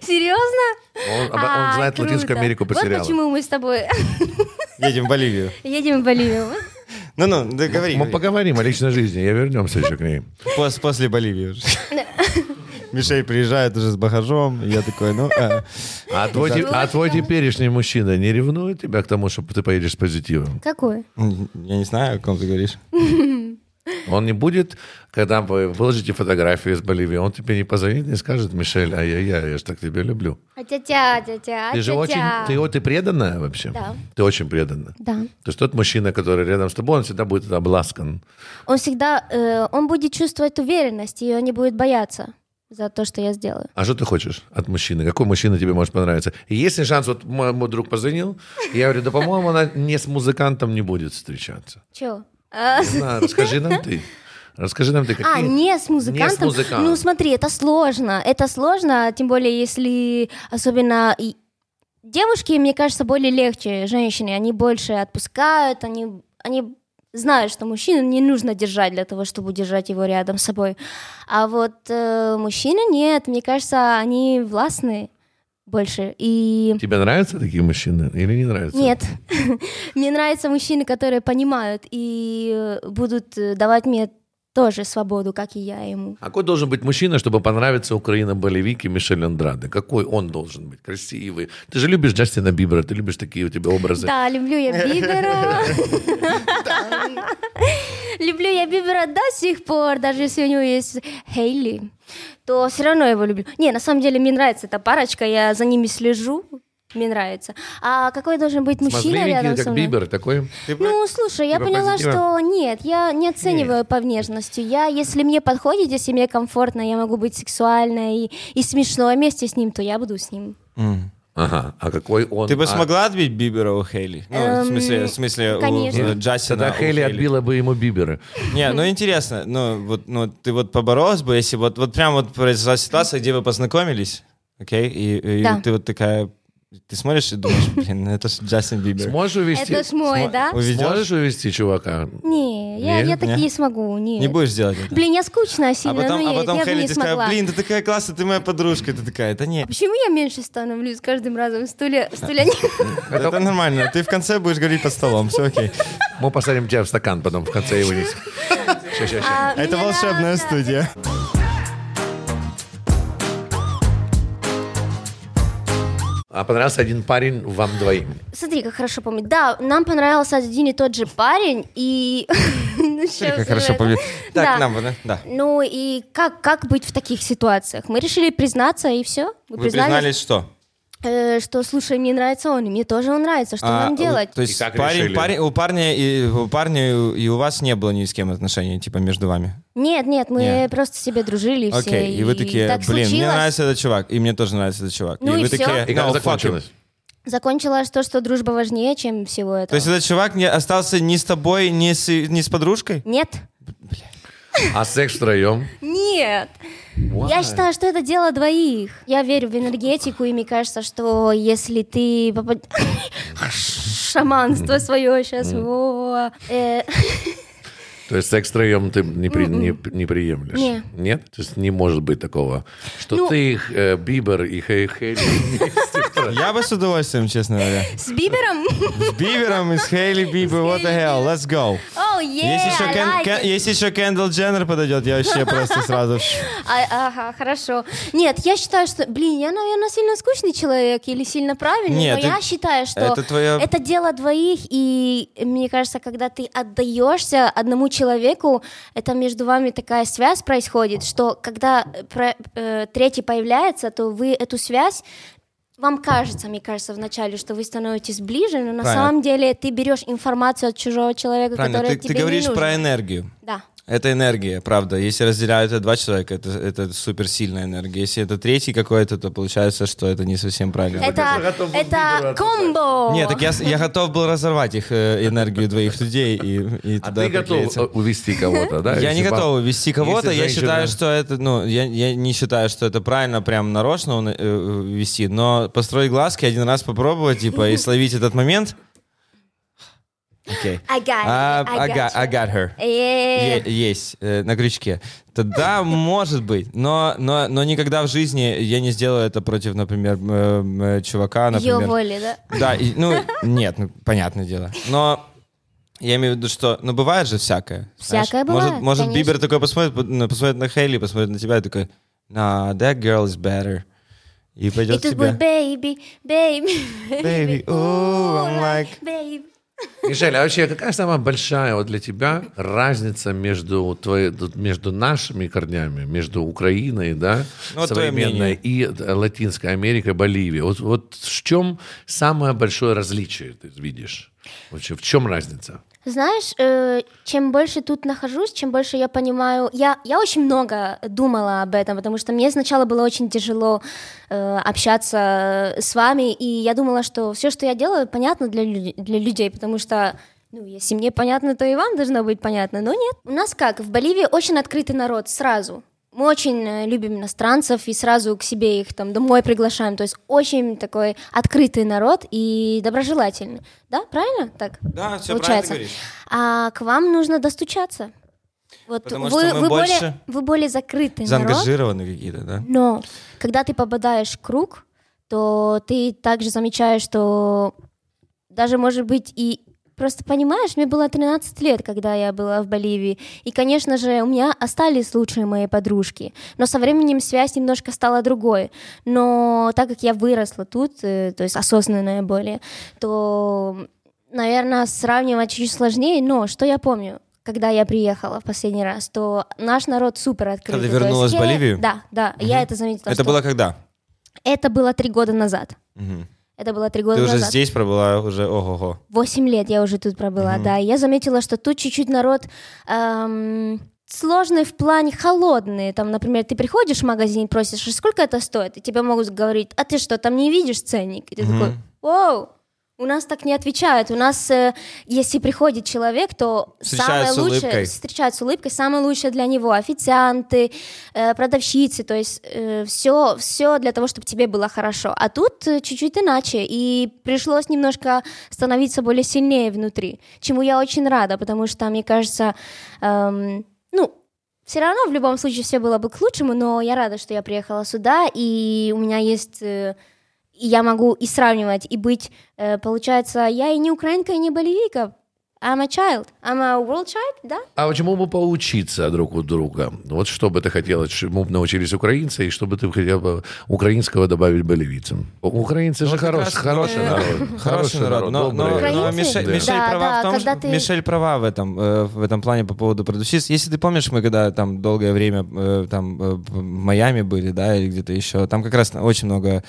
Speaker 4: серьезно?
Speaker 3: Он, обо- он
Speaker 4: А,
Speaker 3: знает
Speaker 4: круто.
Speaker 3: Латинскую Америку по
Speaker 4: вот
Speaker 3: сериалам.
Speaker 4: почему мы с тобой [LAUGHS]
Speaker 2: Едем в Боливию.
Speaker 4: едем в Боливию.
Speaker 2: Ну-ну, да говори.
Speaker 3: Мы
Speaker 2: говори.
Speaker 3: поговорим о личной жизни, я вернемся еще к ней.
Speaker 2: Пос- После Боливии уже. [LAUGHS] Мишей приезжает уже с багажом, и я такой, ну... а.
Speaker 3: [LAUGHS] А твой, те- а твой теперешний мужчина не ревнует тебя к тому, что ты поедешь с позитивом?
Speaker 4: Какой?
Speaker 2: М, Я не знаю, о ком ты говоришь.
Speaker 4: Ну,
Speaker 3: Он не будет, когда вы выложите фотографию из Боливии, он тебе не позвонит, не скажет, Мишель, ай-яй-яй, я же так тебя люблю.
Speaker 4: А тя-тя, тя-тя,
Speaker 3: Ты же
Speaker 4: тя-тя.
Speaker 3: очень, ты, вот ты преданная вообще?
Speaker 4: А Да.
Speaker 3: Ты очень преданная.
Speaker 4: Да.
Speaker 3: То есть тот мужчина, который рядом с тобой, он всегда будет обласкан.
Speaker 4: Он всегда, э, он будет чувствовать уверенность, и он не будет бояться за то, что я сделаю.
Speaker 3: А что ты хочешь от мужчины? Какой мужчина тебе может понравиться? И Есть ли шанс, вот мой, мой друг позвонил, я говорю, да, по-моему, она не с музыкантом не будет встречаться.
Speaker 4: Чего? А,
Speaker 3: Не знаю, расскажи нам ты. Расскажи нам ты, какие...
Speaker 4: А, не с музыкантом?
Speaker 3: Не с музыкантом.
Speaker 4: Ну, смотри, это сложно. Это сложно, тем более, если особенно... и- девушки, мне кажется, более легче женщины, они больше отпускают, они, они знают, что мужчину не нужно держать для того, чтобы держать его рядом с собой. А вот э, мужчины нет, мне кажется, они властны больше. И
Speaker 3: Тебе нравятся такие мужчины или не нравятся?
Speaker 4: нет, [LAUGHS] мне нравятся мужчины, которые понимают и э, будут э, давать мне тоже свободу, как и я ему.
Speaker 3: А какой должен быть мужчина, чтобы понравиться Украина Болевики Мишель Андраде? Какой он должен быть? Красивый. Ты же любишь Джастина Бибера, ты любишь такие у тебя образы.
Speaker 4: Да, люблю я Бибера.
Speaker 3: [LAUGHS]
Speaker 4: Люблю я Бибера до сих пор, даже если у него есть Хейли, то все равно его люблю. Не, на самом деле мне нравится эта парочка, я за ними слежу, мне нравится. А какой должен быть мужчина рядом
Speaker 3: Смазливенький,
Speaker 4: со
Speaker 3: как
Speaker 4: мной?
Speaker 3: Бибер, такой.
Speaker 2: Ты про-
Speaker 4: Ну, слушай, я
Speaker 3: типа
Speaker 4: поняла,
Speaker 3: позитива?
Speaker 4: что нет, я не оцениваю по внешности. Я, если мне подходит, если мне комфортно, я могу быть сексуальной и, и смешной вместе с ним, то я буду с ним.
Speaker 2: М.
Speaker 3: Ага, а какой он?
Speaker 2: Ты бы
Speaker 3: А,
Speaker 2: смогла отбить Бибера у Хейли? Ну, в
Speaker 4: Эм,
Speaker 2: смысле, в смысле, у
Speaker 4: конечно.
Speaker 2: э, Джастина. у
Speaker 3: Тогда Хейли отбила бы ему Бибера.
Speaker 2: Не,
Speaker 4: [LAUGHS]
Speaker 2: ну интересно, ну вот, ну ты вот поборолась бы, если вот, вот прям вот произошла ситуация, где вы познакомились, окей, и, и
Speaker 4: Да.
Speaker 2: ты вот такая, ты смотришь и
Speaker 4: [LAUGHS]
Speaker 2: думаешь, блин, ну это же Джастин Бибер.
Speaker 3: Сможешь увести?
Speaker 4: Это ж мой,
Speaker 2: Смо-
Speaker 4: да?
Speaker 2: Уведешь?
Speaker 3: Сможешь увести чувака?
Speaker 4: Не, я,
Speaker 3: Не?
Speaker 4: я так
Speaker 2: Не?
Speaker 4: не смогу, нет.
Speaker 2: Не будешь делать это.
Speaker 4: Блин, я скучная
Speaker 2: а
Speaker 4: сильно,
Speaker 2: потом,
Speaker 4: ну
Speaker 2: а
Speaker 4: я,
Speaker 2: потом
Speaker 4: я бы
Speaker 2: Хейли
Speaker 4: не
Speaker 2: тебе сказала,
Speaker 4: смогла.
Speaker 2: блин, ты такая классная, ты моя подружка, и ты такая, да
Speaker 3: [LAUGHS]
Speaker 2: не,
Speaker 4: Почему я меньше становлюсь с каждым разом? Стулья, стулья не...
Speaker 2: это, нормально, ты в конце будешь говорить под столом, все окей.
Speaker 3: Мы посадим тебя в стакан потом в конце его вынесем. Ща, ща, ща.
Speaker 4: [LAUGHS] А, мне
Speaker 2: Это волшебная
Speaker 4: нравится.
Speaker 2: студия.
Speaker 3: А понравился один парень вам двоим.
Speaker 4: Смотри, как хорошо помню. Да, нам понравился один и тот же парень, и... [LAUGHS] Ну, щас
Speaker 2: Как хорошо
Speaker 4: уже.
Speaker 2: пове- Так,
Speaker 4: Да.
Speaker 2: нам, бы, да, да.
Speaker 4: Ну и как, как быть в таких ситуациях? Мы решили признаться, и все. Мы
Speaker 2: Вы признались, что?
Speaker 4: э, что, слушай, мне нравится он, и мне тоже он нравится. Что
Speaker 2: А,
Speaker 4: нам
Speaker 2: у-
Speaker 4: делать?
Speaker 2: То есть
Speaker 3: И как
Speaker 2: парень-
Speaker 3: решили?
Speaker 2: парень- у парня и у парня и и у вас не было ни с кем отношений, типа между вами.
Speaker 4: Нет, нет, мы
Speaker 2: Нет.
Speaker 4: просто себе дружили все.
Speaker 2: Окей, и вы такие,
Speaker 4: так
Speaker 2: блин, мне
Speaker 4: случилось».
Speaker 2: нравится этот чувак, и мне тоже нравится этот чувак.
Speaker 4: Ну и
Speaker 2: вы
Speaker 4: всё.
Speaker 2: такие,
Speaker 3: И как
Speaker 2: «No, fuck him».
Speaker 3: закончилось?
Speaker 4: Закончилось то, что дружба важнее, чем всего этого.
Speaker 2: То есть этот чувак не остался ни с тобой, ни с, ни с подружкой?
Speaker 4: Нет.
Speaker 3: А секс втроем?
Speaker 4: Нет. Я считаю, что это дело двоих. Я верю в энергетику, и мне кажется, что если ты попад... [LAUGHS] шаманство свое Э, сейчас,
Speaker 3: То есть секс втроем ты не, при- не, не приемлешь?
Speaker 4: Ну, Не.
Speaker 3: Нет? То есть не может быть такого, что
Speaker 4: Ну-
Speaker 3: ты их, э, Бибер и Хей Хейли вместе втроем.
Speaker 2: Я бы с удовольствием, честно говоря.
Speaker 4: [LAUGHS] с Бибером. [LAUGHS]
Speaker 2: С Бибером и с Хейли Бибер, what the hell, let's go.
Speaker 4: О,
Speaker 2: Если
Speaker 4: е,
Speaker 2: еще,
Speaker 4: I
Speaker 2: Кен-
Speaker 4: like
Speaker 2: Кен-
Speaker 4: it.
Speaker 2: если еще Кендалл Дженнер подойдет, я вообще просто сразу... ш-
Speaker 4: А, Ага, хорошо. Нет, я считаю, что, блин, я, наверное, сильно скучный человек или сильно правильный,
Speaker 2: Нет,
Speaker 4: но
Speaker 2: ты-
Speaker 4: я считаю, что
Speaker 2: это твоя-
Speaker 4: это дело двоих, и мне кажется, когда ты отдаешься одному человеку, это между вами такая связь происходит, что когда э, про- э, третий появляется, то вы эту связь вам кажется, мне кажется, вначале, что вы становитесь ближе, но на
Speaker 2: Правильно.
Speaker 4: самом деле ты берешь информацию от чужого человека,
Speaker 2: Правильно,
Speaker 4: который
Speaker 2: ты, ты
Speaker 4: тебе
Speaker 2: говоришь
Speaker 4: не нужен.
Speaker 2: про энергию.
Speaker 4: Да.
Speaker 2: Это энергия, правда. Если разделяют это два человека, это, это суперсильная энергия. Если это третий какой-то, то получается, что это не совсем правильно.
Speaker 4: Это,
Speaker 3: готов был
Speaker 4: это
Speaker 3: выбираться.
Speaker 4: комбо.
Speaker 2: Нет, так я, с- я готов был разорвать их э, энергию двоих людей и, и
Speaker 3: А
Speaker 2: туда
Speaker 3: ты готов
Speaker 2: приклеиться.
Speaker 3: э, увести кого-то, да?
Speaker 2: Я
Speaker 3: Если
Speaker 2: не
Speaker 3: ба-
Speaker 2: готов вести кого-то.
Speaker 3: если
Speaker 2: Я
Speaker 3: женщина-
Speaker 2: считаю, что это, ну, я, я не считаю, что это правильно, прям нарочно он, э, э, вести. Но построить глазки один раз попробовать, типа, и словить этот момент. Окей.
Speaker 4: I got it,
Speaker 2: А,
Speaker 4: I
Speaker 2: Ah, I got- I got her.
Speaker 4: you. Э,
Speaker 2: Е- есть э, на крючке. Тогда может быть, но, но, но никогда в жизни я не сделаю это против, например, м, э, чувака,
Speaker 4: Ее
Speaker 2: например.
Speaker 4: воли, да?
Speaker 2: Да, и, ну нет, ну, понятное дело. Но я имею в виду, что, ну бывает же всякое. знаешь.
Speaker 4: Всякое
Speaker 2: Может,
Speaker 4: бывает,
Speaker 2: может
Speaker 4: конечно.
Speaker 2: Бибер такой посмотрит, по- на- посмотрит на Хейли, посмотрит на тебя и такой, nah, that girl is better. И
Speaker 4: И
Speaker 2: пойдет
Speaker 4: тут будет
Speaker 2: тебя.
Speaker 4: baby, baby, [LAUGHS]
Speaker 2: Baby, ooh, I'm like...
Speaker 4: baby.
Speaker 3: Мишель, а вообще какая самая большая вот для тебя разница между, твоей, тут между нашими корнями, между Украиной, да,
Speaker 2: Ну, вот твое
Speaker 3: современной,
Speaker 2: мнение.
Speaker 3: и э, Латинской Америкой, Боливией? Вот, вот в чем самое большое различие ты видишь? Вообще, в чем разница?
Speaker 4: Знаешь, э, чем больше тут нахожусь, чем больше я понимаю, я, я очень много думала об этом, потому что мне сначала было очень тяжело э, общаться с вами, и я думала, что все, что я делаю, понятно для, лю- для людей, потому что, ну, если мне понятно, то и вам должно быть понятно, но нет. У нас как, в Боливии очень открытый народ сразу. Мы очень э, любим иностранцев и сразу к себе их там домой приглашаем. То есть очень такой открытый народ и доброжелательный. Да, правильно? Так.
Speaker 2: Да, все
Speaker 4: Получается.
Speaker 2: правильно говоришь.
Speaker 4: А к вам нужно достучаться. Вот
Speaker 2: Потому
Speaker 4: вы,
Speaker 2: что мы
Speaker 4: вы более,
Speaker 2: больше
Speaker 4: вы более закрытый народ.
Speaker 2: Заангажированы какие-то, да?
Speaker 4: Но когда ты попадаешь в круг, то ты также замечаешь, что даже, может быть, и просто понимаешь, мне было 13 лет, когда я была в Боливии, и, конечно же, у меня остались лучшие мои подружки, но со временем связь немножко стала другой, но так как я выросла тут, э, то есть осознанная более, то, наверное, сравнивать чуть сложнее, но что я помню? когда я приехала в последний раз, то наш народ супер открытый.
Speaker 2: Когда
Speaker 4: То есть
Speaker 2: вернулась в
Speaker 4: я-
Speaker 2: Боливию?
Speaker 4: Да, да, я
Speaker 2: Мгм.
Speaker 4: это заметила.
Speaker 2: Это
Speaker 4: что-
Speaker 2: было когда?
Speaker 4: Это было три года назад.
Speaker 2: Мгм.
Speaker 4: Это было три года
Speaker 2: Ты уже
Speaker 4: назад.
Speaker 2: здесь пробыла, уже ого-го.
Speaker 4: Восемь лет я уже тут пробыла, да. И я заметила, что тут чуть-чуть народ эм, сложный в плане холодный. Там, например, ты приходишь в магазин, просишь, «А сколько это стоит, и тебе могут говорить, а ты что, там не видишь ценник? И ты
Speaker 2: Мгм.
Speaker 4: такой, вау, у нас так не отвечают. У нас, э, если приходит человек, то
Speaker 2: Встречают
Speaker 4: самое
Speaker 2: с
Speaker 4: лучшее
Speaker 2: улыбкой.
Speaker 4: встречают с улыбкой, самое лучшее для него официанты, э, продавщицы, то есть все, все для того, чтобы тебе было хорошо. А тут э, чуть-чуть иначе, и пришлось немножко становиться более сильнее внутри, чему я очень рада, потому что, мне кажется, эм, ну, все равно в любом случае все было бы к лучшему, но я рада, что я приехала сюда, и у меня есть... э, и я могу и сравнивать, и быть, э, получается, я и не украинка, и не боливийка. I'm a child. I'm a world child, да?
Speaker 3: А чему бы поучиться друг у друга? Вот что бы ты хотела, чему бы научились украинцы, и что бы ты хотела бы украинского добавить боливийцам? Украинцы
Speaker 2: Ну,
Speaker 3: же хорош, хороший народ.
Speaker 2: Э, Хороший народ, но, но-
Speaker 3: добрый.
Speaker 2: но
Speaker 4: Украинцы?
Speaker 2: Мише-
Speaker 4: Да.
Speaker 2: Мишель
Speaker 4: Да,
Speaker 2: права
Speaker 4: да,
Speaker 2: в том,
Speaker 4: когда
Speaker 2: что-
Speaker 4: ты-
Speaker 2: Мишель права в этом э, в этом плане по поводу продавщиц. Если ты помнишь, мы когда там долгое время э, там э, в Майами были, да, или где-то еще, там как раз очень много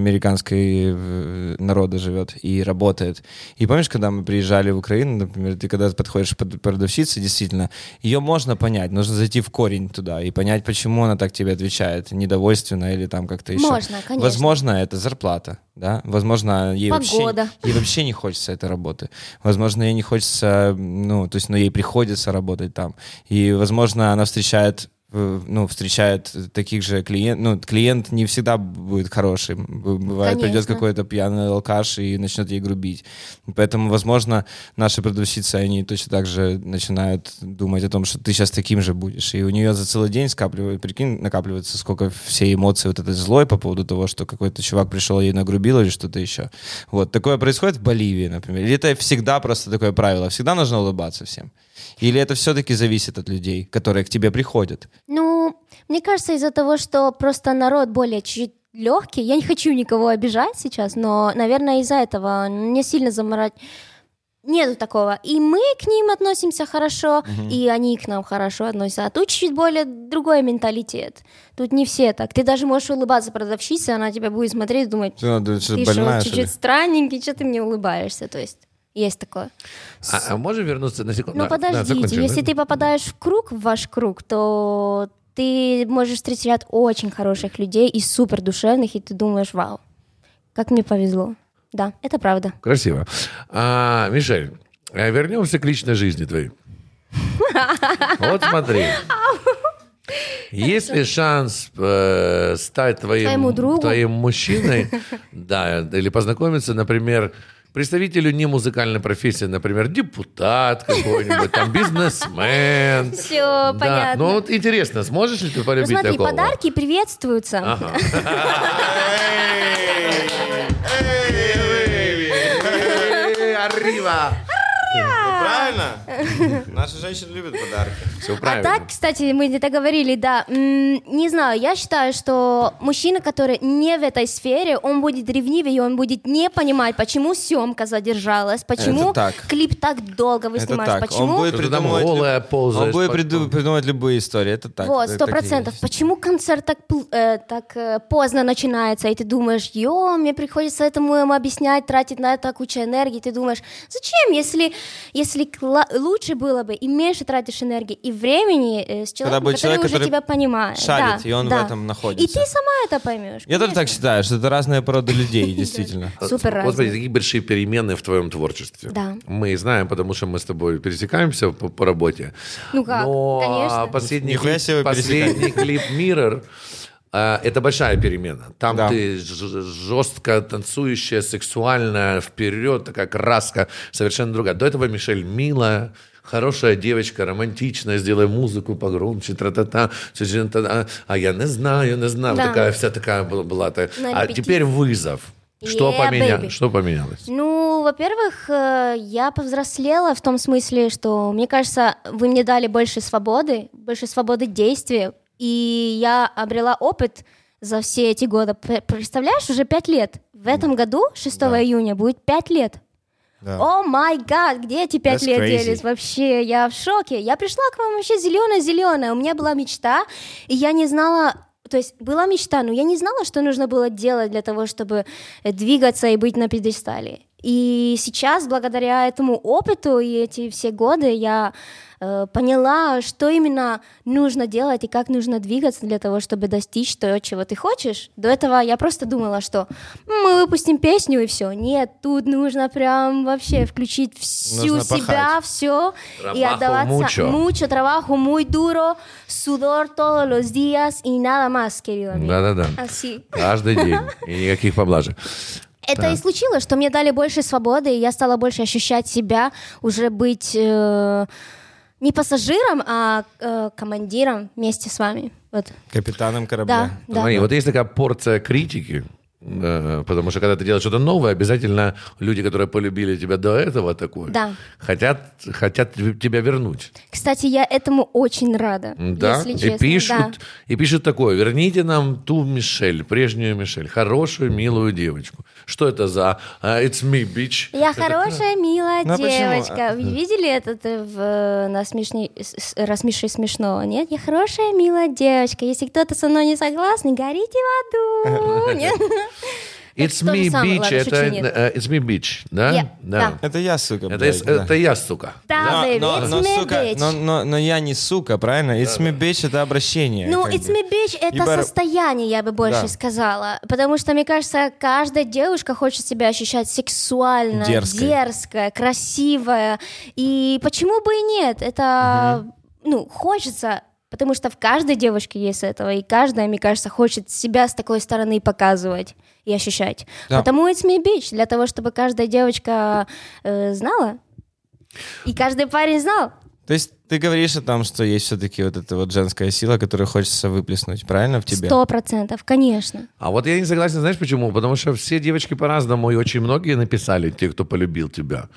Speaker 2: латинскоамериканской э, народа живет и работает. И помнишь, когда мы приезжали в Украину, например, ты когда подходишь под продавщице, действительно, ее можно понять, нужно зайти в корень туда и понять, почему она так тебе отвечает, недовольственно или там как-то еще.
Speaker 4: Можно, конечно.
Speaker 2: Возможно, это зарплата, да, возможно, ей
Speaker 4: Погода.
Speaker 2: вообще, ей вообще не хочется этой работы. Возможно, ей не хочется, ну, то есть, но ей приходится работать там. И, возможно, она встречает э, ну, встречает таких же клиентов. Ну, клиент не всегда будет хороший. Б- Бывает, придет
Speaker 4: Конечно.
Speaker 2: какой-то пьяный алкаш и начнет ей грубить. Поэтому, возможно, наши продавщицы, они точно так же начинают думать о том, что ты сейчас таким же будешь. И у нее за целый день скапливает, прикинь, накапливается сколько всей эмоций вот этой злой по поводу того, что какой-то чувак пришел ей нагрубил или что-то еще. Вот. Такое происходит в Боливии, например. Или это всегда просто такое правило? Всегда нужно улыбаться всем? Или это все-таки зависит от людей, которые к тебе приходят?
Speaker 4: Ну, мне кажется, из-за того, что просто народ более чуть легкий, я не хочу никого обижать сейчас, но, наверное, из-за этого не сильно заморать. Нету такого. И мы к ним относимся хорошо, и они к нам хорошо относятся. А тут чуть более другой менталитет. Тут не все так. Ты даже можешь улыбаться продавщице, она тебя будет смотреть и думать,
Speaker 2: Ты, ну, ты что,
Speaker 4: ты
Speaker 2: больная,
Speaker 4: что,
Speaker 2: что ли?
Speaker 4: чуть-чуть странненький, что ты мне улыбаешься? То есть есть такое.
Speaker 3: А, а можем вернуться на секунду? А,
Speaker 4: Ну
Speaker 3: Да, да,
Speaker 4: подождите,
Speaker 3: закончим,
Speaker 4: если
Speaker 3: да?
Speaker 4: ты попадаешь в круг, в ваш круг, то ты можешь встретить ряд очень хороших людей и супер душевных, и ты думаешь, вау, как мне повезло. Да, это правда.
Speaker 3: Красиво. А, Мишель, э, вернемся к личной жизни
Speaker 4: [LAUGHS]
Speaker 3: твоей. Вот смотри. Есть ли шанс э, стать твоим,
Speaker 4: Твоему другу?
Speaker 3: твоим мужчиной, да, или познакомиться, например, представителю не музыкальной профессии, например, депутат какой-нибудь, там бизнесмен.
Speaker 4: Все
Speaker 3: Да,
Speaker 4: понятно.
Speaker 3: Ну вот интересно, сможешь ли ты полюбить
Speaker 4: смотри,
Speaker 3: такого?
Speaker 4: подарки приветствуются.
Speaker 3: Ага.
Speaker 2: Правильно?
Speaker 3: né?
Speaker 2: Наши женщины любят подарки.
Speaker 3: Все
Speaker 4: А
Speaker 3: правильно.
Speaker 4: так, кстати, мы не договорили, да. М, Не знаю, я считаю, что мужчина, который не в этой сфере, он будет ревнивее, и он будет не понимать, почему съемка задержалась, почему
Speaker 2: так.
Speaker 4: клип так долго вы
Speaker 2: Это
Speaker 4: снимаешь,
Speaker 2: так.
Speaker 4: почему...
Speaker 2: Он будет
Speaker 3: Что-то там
Speaker 2: придумывать, люб-
Speaker 3: голая ползаешь
Speaker 2: он будет
Speaker 3: под-
Speaker 2: приду- придумывать любые истории. Это так.
Speaker 4: Вот,
Speaker 2: это
Speaker 4: сто
Speaker 2: так и
Speaker 4: процентов.
Speaker 2: есть.
Speaker 4: Почему концерт так, пл- э, так э, поздно начинается, и ты думаешь, ё, мне приходится этому ему объяснять, тратить на это кучу энергии, ты думаешь, зачем, если, если если кла- лучше было бы, и меньше тратишь энергии и времени э, с
Speaker 2: Когда
Speaker 4: человеком,
Speaker 2: будет
Speaker 4: который
Speaker 2: человек,
Speaker 4: уже
Speaker 2: который
Speaker 4: тебя понимает.
Speaker 2: шарит,
Speaker 4: да,
Speaker 2: и он в
Speaker 4: да.
Speaker 2: этом
Speaker 4: И
Speaker 2: находится.
Speaker 4: ты сама это поймешь.
Speaker 2: Я тоже так считаю, что это разная порода людей,
Speaker 4: [LAUGHS]
Speaker 2: действительно.
Speaker 4: Супер
Speaker 3: Вот смотри,
Speaker 4: разные.
Speaker 3: такие Э, большие перемены в твоем творчестве.
Speaker 4: Да.
Speaker 3: Мы знаем, потому что мы с тобой пересекаемся по, по работе.
Speaker 4: Ну как,
Speaker 3: Но
Speaker 4: конечно.
Speaker 3: а, последний,
Speaker 2: Нихуя себе
Speaker 3: клип, последний клип Mirror а, это большая перемена. Там
Speaker 2: Да.
Speaker 3: ты ж- жестко танцующая, сексуальная, вперед, такая краска совершенно другая. До этого Мишель милая, хорошая девочка, романтичная, сделай музыку погромче, тра-та-та, та-та-та. а я не знаю, не знаю.
Speaker 4: Да.
Speaker 3: Такая вся такая была. была та-
Speaker 4: На
Speaker 3: а
Speaker 4: репетиции.
Speaker 3: теперь вызов. Что,
Speaker 4: Yeah,
Speaker 3: поменя-
Speaker 4: baby.
Speaker 3: что поменялось?
Speaker 4: Ну, во-первых, э, я повзрослела в том смысле, что, мне кажется, вы мне дали больше свободы, больше свободы действия, и я обрела опыт за все эти годы. П- Представляешь, уже пять лет. В этом году, 6 июня, будет пять лет.
Speaker 2: Да.
Speaker 4: О май гад, где эти пять
Speaker 2: That's
Speaker 4: лет
Speaker 2: crazy.
Speaker 4: делись вообще? Я в шоке. Я пришла к вам вообще зеленая-зеленая. У меня была мечта, и я не знала... То есть была мечта, но я не знала, что нужно было делать для того, чтобы э, двигаться и быть на пьедестале. И сейчас, благодаря этому опыту и эти все годы, я э, поняла, что именно нужно делать и как нужно двигаться для того, чтобы достичь того, чего ты хочешь. До этого я просто думала, что «М, мы выпустим песню и все. Нет, тут нужно прям вообще включить всю
Speaker 2: Нужно
Speaker 4: себя,
Speaker 2: пахать.
Speaker 4: все а и
Speaker 3: Трабаху мучо.
Speaker 4: отдаваться mucho trabajo, muy duro, sudor todos los días и nada más, querido amigo.
Speaker 3: Да-да-да.
Speaker 4: Así.
Speaker 3: Каждый день. И никаких поблажек.
Speaker 4: Это и случилось, что мне дали больше свободы, и я стала больше ощущать себя, уже быть э, не пассажиром, а э, командиром вместе с вами. Вот.
Speaker 2: Капитаном
Speaker 4: Да,
Speaker 2: корабля.
Speaker 4: да.
Speaker 3: Смотри, вот есть такая порция критики, э, потому что когда ты делаешь что-то новое, обязательно люди, которые полюбили тебя до этого такое,
Speaker 4: Да.
Speaker 3: хотят, хотят тебе- тебя вернуть.
Speaker 4: Кстати, я этому очень рада,
Speaker 3: Да?
Speaker 4: если
Speaker 3: и,
Speaker 4: честно.
Speaker 3: пишут,
Speaker 4: да.
Speaker 3: и пишут такое, верните нам ту Мишель, прежнюю Мишель, хорошую, милую девочку. Что это за а, It's me, bitch?
Speaker 4: Я хорошая, милая
Speaker 2: Ну, а почему?
Speaker 4: девочка. Вы видели этот э, в э, на смешни... с- с- рассмеши смешного? Нет, я хорошая, милая девочка. Если кто-то со мной не согласен, горите в
Speaker 2: [LAUGHS]
Speaker 4: аду. Нет?
Speaker 3: It's
Speaker 4: то же
Speaker 3: me,
Speaker 4: самое,
Speaker 3: bitch,
Speaker 4: ладно,
Speaker 3: это
Speaker 4: шучу, нет.
Speaker 3: э, It's me, bitch, да?
Speaker 4: Я- да.
Speaker 2: Это я, сука,
Speaker 3: Это,
Speaker 2: блядь,
Speaker 3: из-
Speaker 2: да.
Speaker 3: это я, сука.
Speaker 4: Да,
Speaker 2: Но-
Speaker 4: baby,
Speaker 2: но-
Speaker 4: it's
Speaker 2: но,
Speaker 4: me,
Speaker 2: сука,
Speaker 4: bitch.
Speaker 2: но- но- но я не сука, правильно? It's me bitch это обращение.
Speaker 4: Ну,
Speaker 2: как
Speaker 4: it's
Speaker 2: бы.
Speaker 4: me bitch это
Speaker 2: Ибо-
Speaker 4: состояние, я бы больше
Speaker 2: Да.
Speaker 4: сказала. Потому что, мне кажется, каждая девушка хочет себя ощущать сексуально,
Speaker 2: Дерзкой.
Speaker 4: дерзкая, красивая. И почему бы и нет? Это, ну, хочется, потому что в каждой девушке есть этого, и каждая, мне кажется, хочет себя с такой стороны показывать и ощущать.
Speaker 2: Да.
Speaker 4: Потому it's me bitch, для того, чтобы каждая девочка э, знала, и каждый парень знал.
Speaker 2: То есть ты говоришь о том, что есть все-таки вот эта вот женская сила, которую хочется выплеснуть, правильно, в тебе?
Speaker 4: Сто процентов, конечно.
Speaker 3: А вот я не согласен, знаешь почему? Потому что все девочки по-разному, и очень многие написали, те, кто полюбил тебя.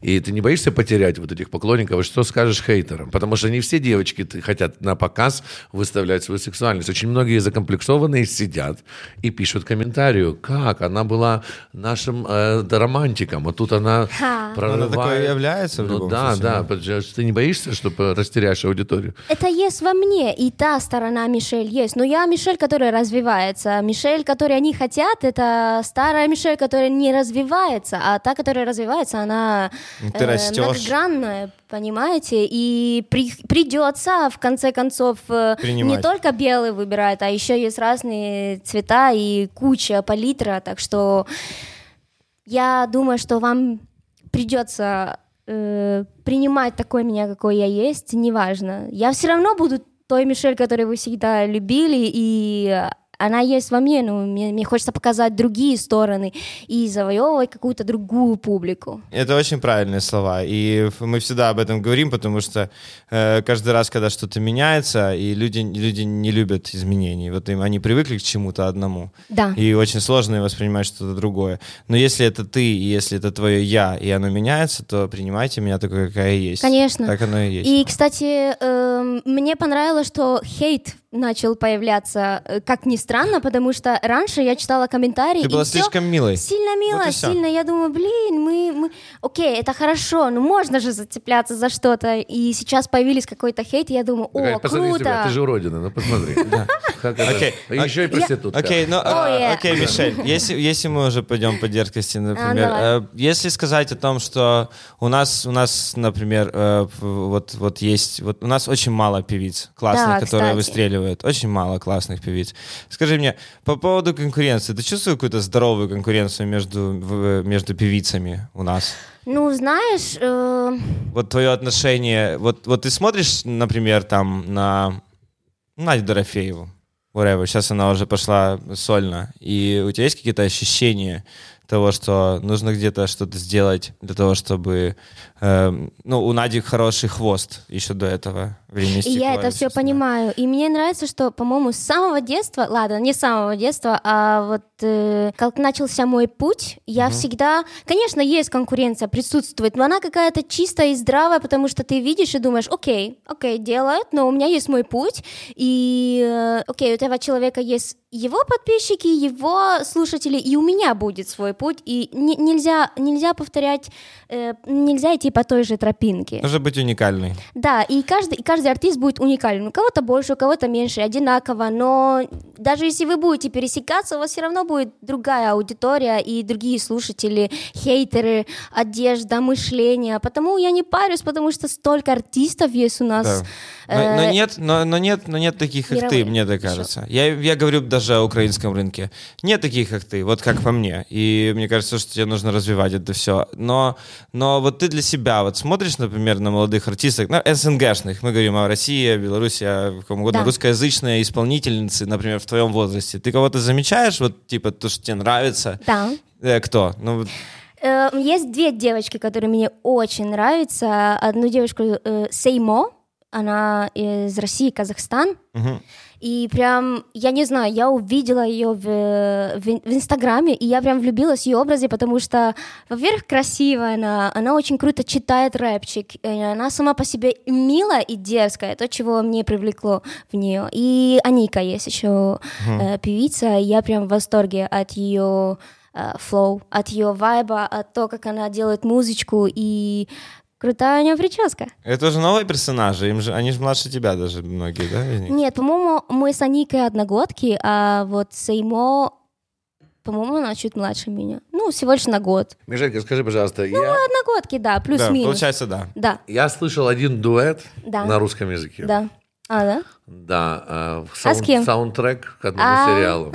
Speaker 3: И ты не боишься потерять вот этих поклонников, И что скажешь хейтерам? Потому что не все девочки ты- хотят на показ выставлять свою сексуальность. Очень многие закомплексованные сидят и пишут комментарию, как она была нашим э, да, романтиком, а тут она
Speaker 4: Ха.
Speaker 3: прорывает.
Speaker 2: Она такой и является в
Speaker 3: ну
Speaker 2: любом
Speaker 3: да,
Speaker 2: случае,
Speaker 3: да,
Speaker 2: да.
Speaker 3: Потому что Ты не боишься, что э, растеряешь аудиторию?
Speaker 4: Это есть во мне, и та сторона Мишель есть. Но я Мишель, которая развивается. Мишель, которой они хотят, это старая Мишель, которая не развивается. А та, которая развивается, она э,
Speaker 2: Ну, ты растёшь.
Speaker 4: многогранная, понимаете? И при- придется, в конце концов, э,
Speaker 2: Принимать.
Speaker 4: не только белый выбирать, а еще есть разные цвета и куча палитра. Так что я думаю, что вам придется э, принимать такой меня, какой я есть, неважно. Я все равно буду той Мишель, которую вы всегда любили, и она есть во мне, но мне, мне хочется показать другие стороны и завоевывать какую-то другую публику.
Speaker 2: Это очень правильные слова, и ф- мы всегда об этом говорим, потому что э, каждый раз, когда что-то меняется, и люди, люди не любят изменений, вот им они привыкли к чему-то одному,
Speaker 4: Да.
Speaker 2: и очень сложно воспринимать что-то другое. Но если это ты, и если это твое я, и оно меняется, то принимайте меня такой, какая я есть.
Speaker 4: Конечно.
Speaker 2: Так оно и есть.
Speaker 4: И, кстати, эм, мне понравилось, что хейт начал появляться, э, как ни странно, потому что раньше я читала комментарии.
Speaker 2: Ты
Speaker 4: и
Speaker 2: была
Speaker 4: всё
Speaker 2: слишком милой.
Speaker 4: Сильно мило,
Speaker 2: и всё.
Speaker 4: сильно. Я думаю, блин, мы, мы... Окей, это хорошо, но можно же зацепляться за что-то. И сейчас появились какой-то хейт, и я думаю, о,
Speaker 3: Говорит, посмотри
Speaker 4: круто.
Speaker 3: себя, ты же уродина, ну посмотри. Как это?
Speaker 2: Окей.
Speaker 3: И Еще и проститутка.
Speaker 2: Окей, ну, а,
Speaker 4: Ой, э.
Speaker 2: окей, Мишель, если, если мы уже пойдем по дерзкости, например,
Speaker 4: давай.
Speaker 2: э, если сказать о том, что у нас, у нас, например, э, п- вот, вот есть, вот у нас очень мало певиц классных,
Speaker 4: Да,
Speaker 2: которые
Speaker 4: кстати.
Speaker 2: выстреливают, очень мало классных певиц. Скажи мне, по поводу конкуренции, ты чувствуешь какую-то здоровую конкуренцию между, в- между певицами у нас?
Speaker 4: Ну, знаешь, э,
Speaker 2: Вот твое отношение, вот, вот ты смотришь, например, там на Надю Дорофееву, whatever, сейчас она уже пошла сольно, и у тебя есть какие-то ощущения того, что нужно где-то что-то сделать для того, чтобы... эм, ну, у Нади хороший хвост еще до этого времени.
Speaker 4: И я
Speaker 2: стекла,
Speaker 4: это все
Speaker 2: естественно.
Speaker 4: понимаю. И мне нравится, что, по-моему, с самого детства, ладно, не с самого детства, а вот э, как начался мой путь, я всегда, конечно, есть конкуренция, присутствует, но она какая-то чистая и здравая, потому что ты видишь и думаешь, окей, окей, делают, но у меня есть мой путь, и э, окей, у этого человека есть его подписчики, его слушатели, и у меня будет свой путь, и не- нельзя, нельзя повторять, э, нельзя идти по той же тропинке.
Speaker 2: Нужно быть уникальной.
Speaker 4: Да, и каждый, и каждый артист будет уникален. У кого-то больше, у кого-то меньше, одинаково, но даже если вы будете пересекаться, у вас все равно будет другая аудитория и другие слушатели, хейтеры, одежда, мышление. Потому я не парюсь, потому что столько артистов есть у нас.
Speaker 2: Да. Но, но
Speaker 4: Э,
Speaker 2: нет, но, но нет, но нет таких, как ты,
Speaker 4: мировые.
Speaker 2: мне так кажется. Я, я говорю даже о украинском рынке. Нет таких, как ты, вот как по мне. И мне кажется, что тебе нужно развивать это все. Но, но вот ты для себя вот смотришь, например, на молодых артисток, на СНГшных, мы говорим о России, о Беларуси, о ком угодно,
Speaker 4: Да.
Speaker 2: русскоязычные исполнительницы, например, в твоем возрасте. Ты кого-то замечаешь, вот типа то, что тебе нравится?
Speaker 4: Да.
Speaker 2: Э, кто? Ну, вот
Speaker 4: Э, Есть две девочки, которые мне очень нравятся. Одну девочку э, Сеймо, она из России, Казахстан.
Speaker 2: Мгм.
Speaker 4: И прям, я не знаю, я увидела ее в, э, в ин- в Инстаграме, и я прям влюбилась в ее образе, потому что, во-первых, красивая она, она очень круто читает рэпчик, э, она сама по себе милая и дерзкая, то, чего мне привлекло в нее. И Аника есть еще э, певица, и я прям в восторге от ее флоу, от ее вайба, от того, как она делает музычку, и крутая у нее прическа.
Speaker 2: это же новые персонажи, им же, они же младше тебя даже многие, да? из них?
Speaker 4: Нет, по-моему, мы с Аникой одногодки, а вот Сеймо, по-моему, она чуть младше меня. Ну, всего лишь на год.
Speaker 3: Мишелька, скажи, пожалуйста,
Speaker 4: Ну,
Speaker 3: я...
Speaker 4: одногодки, да,
Speaker 2: Да,
Speaker 4: плюс-минус.
Speaker 2: получается, да.
Speaker 4: Да,
Speaker 3: Я слышал один дуэт
Speaker 4: Да.
Speaker 3: на русском языке.
Speaker 4: да. А, да?
Speaker 3: Да, э, в
Speaker 4: А с
Speaker 3: саун-
Speaker 4: кем?
Speaker 3: саундтрек к одному
Speaker 4: А. [LAUGHS]
Speaker 3: сериалу.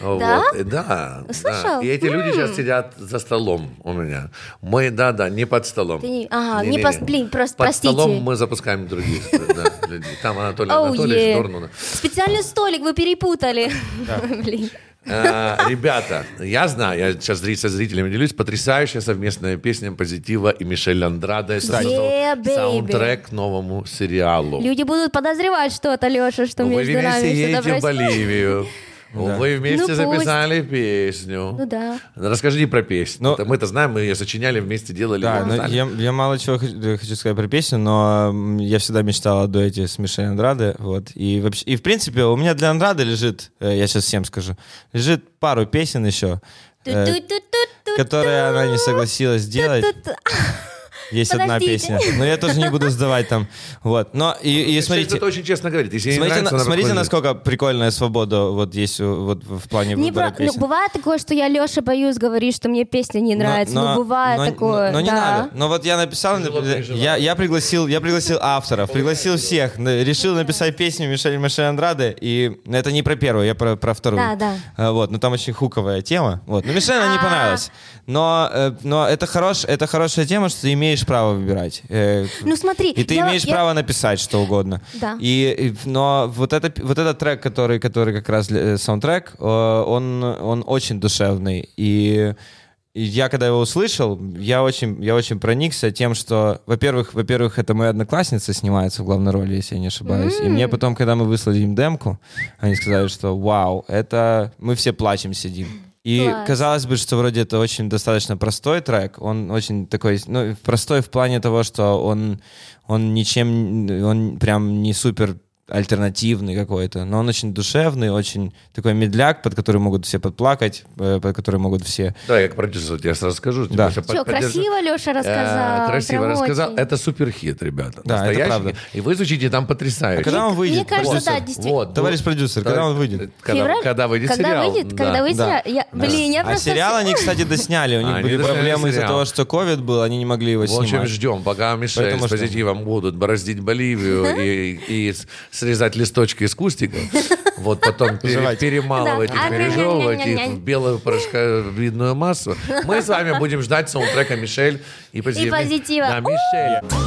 Speaker 3: Вот,
Speaker 4: Да?
Speaker 3: и Да, да.
Speaker 4: Слышал?
Speaker 3: И эти люди сейчас сидят за столом у меня. Мы, да, да, не под столом.
Speaker 4: Ты не- ага, не
Speaker 3: Не-не-не.
Speaker 4: пос- блин, просто
Speaker 3: Под
Speaker 4: простите.
Speaker 3: столом мы запускаем других да, людей. Там Анатолий
Speaker 4: [LAUGHS] Оу,
Speaker 3: Анатольевич
Speaker 4: е.
Speaker 3: Дорнун.
Speaker 4: Специальный столик вы перепутали. [LAUGHS] Блин.
Speaker 3: А, Ребята, я знаю, я сейчас зри- со зрителями делюсь, потрясающая совместная песня «Позитива» и Мишель Андраде
Speaker 4: Yeah, baby.
Speaker 3: саундтрек к новому сериалу.
Speaker 4: Люди будут подозревать что-то, Леша, что
Speaker 3: Ну, Вы
Speaker 4: между
Speaker 3: вместе
Speaker 4: нами что-то
Speaker 3: едете в
Speaker 4: происходит.
Speaker 3: Боливию. Вы вместе
Speaker 4: Ну, пусть.
Speaker 3: записали песню.
Speaker 4: Ну да.
Speaker 3: Расскажи про песню.
Speaker 2: Ну-
Speaker 3: Это мы-то знаем, мы ее сочиняли, вместе делали.
Speaker 2: Да,
Speaker 3: мы
Speaker 2: но
Speaker 3: знали.
Speaker 2: я, я мало чего хочу, хочу сказать про песню, но м, я всегда мечтал о дуэте с Мишель Андраде, вот, и вообще, и в принципе у меня для Андрады лежит, э, я сейчас всем скажу, лежит пару песен еще, э,
Speaker 4: Ту-ту-ту-ту-ту.
Speaker 2: которые она не согласилась делать.
Speaker 4: Ту-ту-ту.
Speaker 2: Есть одна
Speaker 4: Подождите.
Speaker 2: песня, но я тоже не буду сдавать там, вот, но и, и
Speaker 3: Мишель
Speaker 2: смотрите.
Speaker 3: тут очень честно говорит. Если ей
Speaker 2: Смотрите,
Speaker 3: нравится,
Speaker 2: на-
Speaker 3: она
Speaker 2: смотрите,
Speaker 3: подходит.
Speaker 2: насколько прикольная свобода вот есть у- вот в плане
Speaker 4: Не
Speaker 2: выбора
Speaker 4: про- ну,
Speaker 2: песен.
Speaker 4: бывает такое, что я Леша боюсь говорить, что мне песня не
Speaker 2: Но-
Speaker 4: нравится.
Speaker 2: но-
Speaker 4: Ну, бывает
Speaker 2: но-
Speaker 4: такое.
Speaker 2: Но, но не
Speaker 4: да.
Speaker 2: надо. Но вот я написал,
Speaker 3: Тяжело
Speaker 2: например, я, я пригласил, я пригласил авторов, пригласил всех, на- решил написать песню Мишель Мишель Андрады, и это не про первую, я про, про вторую.
Speaker 4: Да, да.
Speaker 2: А, Вот, но там очень хуковая тема. Вот, но Мишель она не
Speaker 4: А.
Speaker 2: понравилась. Но, э, но это хорош, это хорошая тема, что ты имеешь право выбирать. Э,
Speaker 4: Ну, смотри,
Speaker 2: И ты
Speaker 4: я-
Speaker 2: имеешь
Speaker 4: я-
Speaker 2: право написать что угодно.
Speaker 4: Да.
Speaker 2: И, и- но вот, это, вот этот трек, который, который как раз э, саундтрек, э, он, он очень душевный. И, и я когда его услышал, я очень, я очень проникся тем, что, во-первых, во-первых, это моя одноклассница снимается в главной роли, если я не ошибаюсь. И мне потом, когда мы выслали им демку, они сказали, что вау, это мы все плачем сидим. И
Speaker 4: Класс.
Speaker 2: казалось бы, что вроде это очень достаточно простой трек. Он очень такой, ну, простой в плане того, что он, он ничем, он прям не супер альтернативный какой-то, но он очень душевный, очень такой медляк, под который могут все подплакать, э, под который могут все...
Speaker 3: Да, я как продюсер тебе сразу скажу.
Speaker 2: Да.
Speaker 3: тебя
Speaker 4: Че,
Speaker 3: поддержу.
Speaker 4: красиво Леша рассказал?
Speaker 3: Э, Красиво
Speaker 4: прям
Speaker 3: рассказал.
Speaker 4: очень.
Speaker 3: Это суперхит, ребята.
Speaker 2: Да, это
Speaker 3: Настоящий
Speaker 2: правда. А
Speaker 3: хит. И вы изучите там потрясающе.
Speaker 2: Когда он
Speaker 4: Мне
Speaker 2: выйдет?
Speaker 4: кажется,
Speaker 2: продюсер?
Speaker 4: Ну да, действительно.
Speaker 3: Вот,
Speaker 2: Товарищ
Speaker 3: вот. Э,
Speaker 2: продюсер, когда он выйдет?
Speaker 3: Когда,
Speaker 4: Февраль?
Speaker 3: когда выйдет
Speaker 4: когда
Speaker 3: сериал.
Speaker 4: Выйдет,
Speaker 3: да.
Speaker 4: Когда выйдет,
Speaker 2: Да.
Speaker 4: я- Блин, я
Speaker 2: А
Speaker 4: просто...
Speaker 2: сериал они, кстати, досняли. У них
Speaker 3: Они
Speaker 2: были
Speaker 3: досняли
Speaker 2: проблемы из-за
Speaker 3: сериал.
Speaker 2: того, что ковид был, они не могли его
Speaker 3: Вот чем
Speaker 2: снимать.
Speaker 3: ждем, пока Мишель
Speaker 2: Поэтому
Speaker 3: с позитивом будут бороздить
Speaker 4: [LAUGHS]
Speaker 3: Боливию и, и с- срезать листочки из кустиков. Вот потом пере-
Speaker 2: Жевать.
Speaker 3: перемалывать
Speaker 4: Да. А,
Speaker 3: и пережевывать их в
Speaker 4: Ам-ням-ням-ням-ням.
Speaker 3: белую порошковидную массу. Мы с вами будем ждать саундтрека Мишель и позитива.
Speaker 4: позитива.
Speaker 3: Да, Мишель.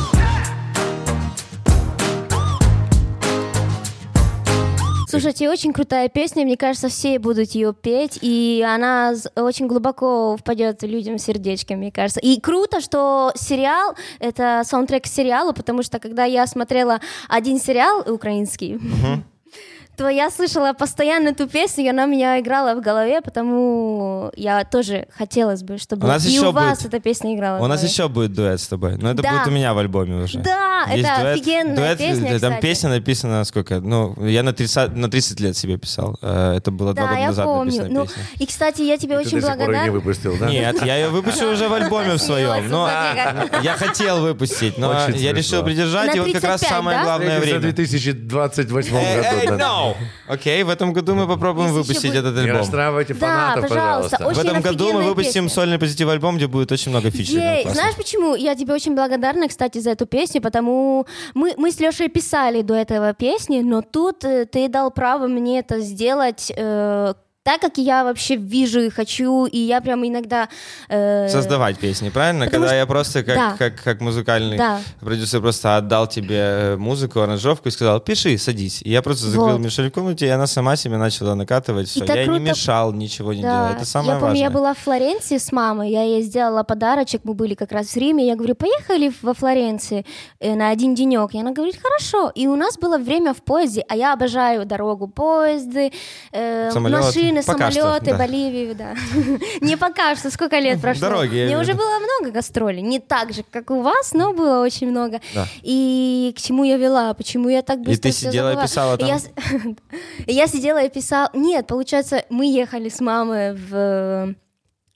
Speaker 4: Слушайте, очень крутая песня, мне кажется, все будут ее петь, и она з- очень глубоко впадет людям в сердечко, мне кажется. И круто, что сериал — это саундтрек к сериалу, потому что когда я смотрела один сериал украинский, [LAUGHS] то я слышала постоянно эту песню, и она у меня играла в голове, потому я тоже хотелось бы, чтобы
Speaker 2: У нас
Speaker 4: и
Speaker 2: еще
Speaker 4: у вас
Speaker 2: будет-
Speaker 4: эта песня играла. в
Speaker 2: У нас
Speaker 4: голове.
Speaker 2: еще будет дуэт с тобой, но это
Speaker 4: Да.
Speaker 2: будет у меня в альбоме уже.
Speaker 4: Да, это офигенная
Speaker 2: дуэт,
Speaker 4: песня,
Speaker 2: э, Там
Speaker 4: кстати.
Speaker 2: песня написана сколько? Ну, я на 30, на 30 лет себе писал. Э, Это было два
Speaker 4: Да,
Speaker 2: года
Speaker 4: я
Speaker 2: назад
Speaker 4: помню.
Speaker 2: написана
Speaker 4: Ну,
Speaker 2: песня.
Speaker 4: и, кстати, я тебе
Speaker 3: Ты
Speaker 4: очень
Speaker 3: до сих пор ее не
Speaker 4: благодарна.
Speaker 3: выпустил, да?
Speaker 2: Нет, я ее выпущу уже в альбоме в своем. Но [LAUGHS]
Speaker 4: Спасибо,
Speaker 2: я хотел выпустить, но
Speaker 3: Очень
Speaker 2: я
Speaker 3: смешно.
Speaker 2: решил придержать,
Speaker 4: На
Speaker 2: и вот как раз
Speaker 4: 35,
Speaker 2: самое
Speaker 4: да?
Speaker 2: главное
Speaker 3: Встретимся
Speaker 2: время.
Speaker 3: в 2028
Speaker 2: Эй, эй,
Speaker 3: году. да.
Speaker 2: no! Окей, в этом году мы попробуем
Speaker 4: Здесь еще
Speaker 2: выпустить
Speaker 4: будет-
Speaker 2: этот
Speaker 3: Не
Speaker 2: альбом.
Speaker 3: расстраивайте
Speaker 4: Да,
Speaker 3: фанатов,
Speaker 4: пожалуйста,
Speaker 2: В
Speaker 4: очень
Speaker 2: этом году мы
Speaker 4: офигенная
Speaker 2: выпустим
Speaker 4: песня.
Speaker 2: сольный позитив альбом, где будет очень много
Speaker 4: Ей,
Speaker 2: фичеров.
Speaker 4: знаешь почему? Я тебе очень благодарна, кстати, за эту песню, потому мы, мы с Лешей писали до этого песни, но тут э, ты дал право мне это сделать э, так, как я вообще вижу и хочу, и я прям иногда... э,
Speaker 2: Создавать песни, правильно?
Speaker 4: Потому
Speaker 2: Когда
Speaker 4: что-
Speaker 2: я просто как,
Speaker 4: Да.
Speaker 2: как, как музыкальный
Speaker 4: Да.
Speaker 2: продюсер просто отдал тебе э, музыку, аранжировку и сказал, пиши, садись. И я просто закрыл
Speaker 4: Вот.
Speaker 2: Мишель в комнате, и она сама себе начала накатывать все. Я
Speaker 4: так
Speaker 2: ей не
Speaker 4: круто.
Speaker 2: мешал, ничего не
Speaker 4: Да.
Speaker 2: делал. Это самое
Speaker 4: я помню, я
Speaker 2: важное.
Speaker 4: была в Флоренции с мамой, я ей сделала подарочек, мы были как раз в Риме, я говорю, поехали во Флоренции э, на один денек, и она говорит, хорошо, и у нас было время в поезде, а я обожаю дорогу, поезды, э,
Speaker 2: Самолеты.
Speaker 4: машины,
Speaker 2: Пока что,
Speaker 4: самолеты,
Speaker 2: да.
Speaker 4: Боливию, да. [LAUGHS] Не пока что, сколько лет прошло.
Speaker 2: Дороги, я
Speaker 4: Мне
Speaker 2: имею в
Speaker 4: уже
Speaker 2: виду.
Speaker 4: было много гастролей, не так же, как у вас, но было очень много.
Speaker 2: Да.
Speaker 4: И к чему я вела, почему я так быстро
Speaker 2: ты
Speaker 4: всё
Speaker 2: сидела и
Speaker 4: забыла.
Speaker 2: писала там?
Speaker 4: Я с- [LAUGHS] и Я сидела и писала. Нет, получается, мы ехали с мамой в э,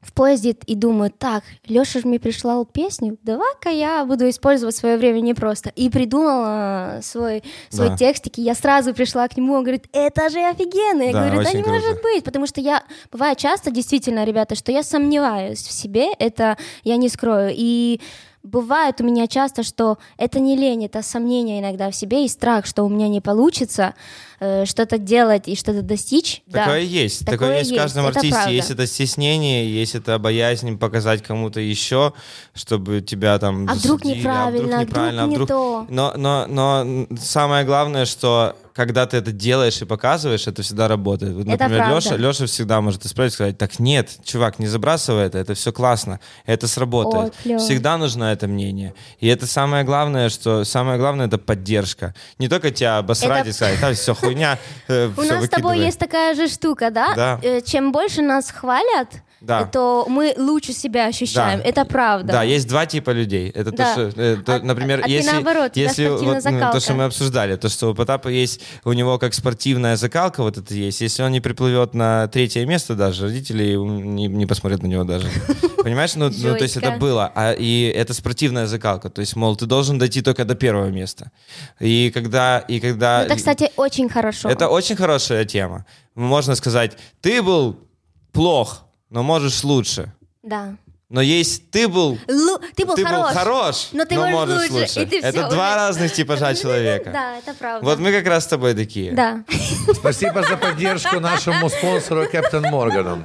Speaker 4: в поезде и думаю, так, Леша же мне прислал песню, давай-ка я буду использовать свое время непросто. И придумала свой, свой
Speaker 2: Да.
Speaker 4: текстик, и я сразу пришла к нему, он говорит, это же офигенно. Я
Speaker 2: Да,
Speaker 4: говорю, да
Speaker 2: очень
Speaker 4: не
Speaker 2: круто.
Speaker 4: может быть, потому что я, бывает часто, действительно, ребята, что я сомневаюсь в себе, это я не скрою. И бывает у меня часто, что это не лень, это сомнение иногда в себе и страх, что у меня не получится э, что-то делать и что-то достичь. Да.
Speaker 2: Такое есть. Такое,
Speaker 4: Такое
Speaker 2: есть в каждом
Speaker 4: есть, это
Speaker 2: артисте.
Speaker 4: правда.
Speaker 2: Есть это стеснение, есть это боязнь показать кому-то еще, чтобы тебя там...
Speaker 4: А вдруг
Speaker 2: засудили,
Speaker 4: неправильно, а вдруг
Speaker 2: неправильно, а
Speaker 4: не
Speaker 2: вдруг-
Speaker 4: то?
Speaker 2: Но, но, но самое главное, что когда ты это делаешь и показываешь, это всегда работает. Вот,
Speaker 4: Это
Speaker 2: например,
Speaker 4: правда.
Speaker 2: Леша, Леша всегда может исправить, сказать, так нет, чувак, не забрасывай это, это все классно, это сработает.
Speaker 4: О, клёво.
Speaker 2: всегда нужно это мнение. И это самое главное, что самое главное, это поддержка. Не только тебя обосрать
Speaker 4: Это-
Speaker 2: и сказать, там все хуйня, э,
Speaker 4: У
Speaker 2: всё,
Speaker 4: нас с тобой
Speaker 2: выкидывай».
Speaker 4: есть такая же штука, да?
Speaker 2: Да.
Speaker 4: Э, Чем больше нас хвалят,
Speaker 2: Да.
Speaker 4: то мы лучше себя ощущаем.
Speaker 2: Да.
Speaker 4: Это правда.
Speaker 2: Да, есть два типа людей. Это
Speaker 4: Да.
Speaker 2: то, что, э, то,
Speaker 4: А-
Speaker 2: например,
Speaker 4: а ты
Speaker 2: если,
Speaker 4: наоборот, у тебя
Speaker 2: если
Speaker 4: спортивная
Speaker 2: вот, ну, то,
Speaker 4: закалка.
Speaker 2: что мы обсуждали, то, что у Потапа есть, у него как спортивная закалка вот это есть. Если он не приплывет на третье место даже, родители не, не посмотрят на него
Speaker 4: [LAUGHS]
Speaker 2: даже. Понимаешь? Ну, ну, то есть это
Speaker 4: Жестко.
Speaker 2: было. А, и это спортивная закалка. То есть, мол, ты должен дойти только до первого места. И когда... И когда
Speaker 4: Ну, Это, кстати, очень хорошо.
Speaker 2: это очень хорошая тема. Можно сказать, ты был плох, но можешь лучше.
Speaker 4: Да.
Speaker 2: Но есть ты был
Speaker 4: Лу- Ты был
Speaker 2: ты
Speaker 4: хорош.
Speaker 2: был хорош,
Speaker 4: но ты можешь лучше, и ты
Speaker 2: это
Speaker 4: всё
Speaker 2: два
Speaker 4: уже. Ну
Speaker 2: разных
Speaker 4: [LAUGHS]
Speaker 2: типажа человека.
Speaker 4: Да, это правда.
Speaker 2: Вот мы как раз с тобой такие.
Speaker 4: Да.
Speaker 3: Спасибо за поддержку нашему спонсору Кэптон Моргану.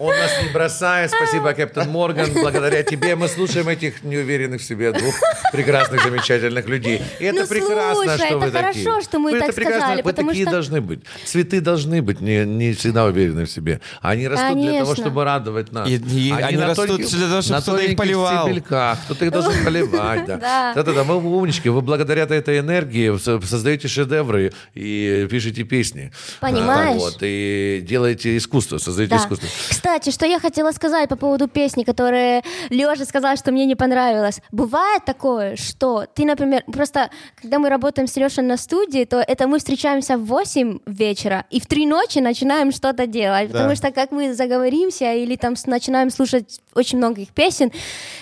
Speaker 3: Он нас не бросает. Спасибо, Кэптон Морган. Благодаря тебе мы слушаем этих неуверенных в себе двух прекрасных, замечательных людей. И это
Speaker 4: Ну,
Speaker 3: прекрасно,
Speaker 4: слушай,
Speaker 3: что
Speaker 4: это
Speaker 3: вы такие.
Speaker 4: хорошо, что мы
Speaker 3: Ну,
Speaker 4: так
Speaker 3: это прекрасно.
Speaker 4: сказали,
Speaker 3: Вы
Speaker 4: потому
Speaker 3: такие
Speaker 4: что-
Speaker 3: должны быть. Цветы должны быть не, не всегда уверены в себе. Они растут для того,
Speaker 4: Конечно.
Speaker 3: чтобы радовать нас.
Speaker 2: И- и они
Speaker 3: на
Speaker 2: растут
Speaker 3: тонких-
Speaker 2: для того, чтобы
Speaker 3: на
Speaker 2: кто-то их
Speaker 3: тоненьких
Speaker 2: поливал.
Speaker 3: стебельках. Кто-то их должен поливать. Да.
Speaker 4: [LAUGHS] Да.
Speaker 3: Да-да-да, вы умнички. Вы благодаря этой энергии со- создаете шедевры и пишете песни.
Speaker 4: Понимаешь?
Speaker 3: А, Вот, и делаете искусство, создаете
Speaker 4: Да.
Speaker 3: искусство.
Speaker 4: кстати, что я хотела сказать по поводу песни, которые Лёша сказал, что мне не понравилось. Бывает такое, что ты, например, просто, когда мы работаем с Лешей на студии, то это мы встречаемся в 8 вечера и в 3 ночи начинаем что-то делать,
Speaker 2: Да.
Speaker 4: потому что как мы заговоримся или там с- начинаем слушать очень много их песен,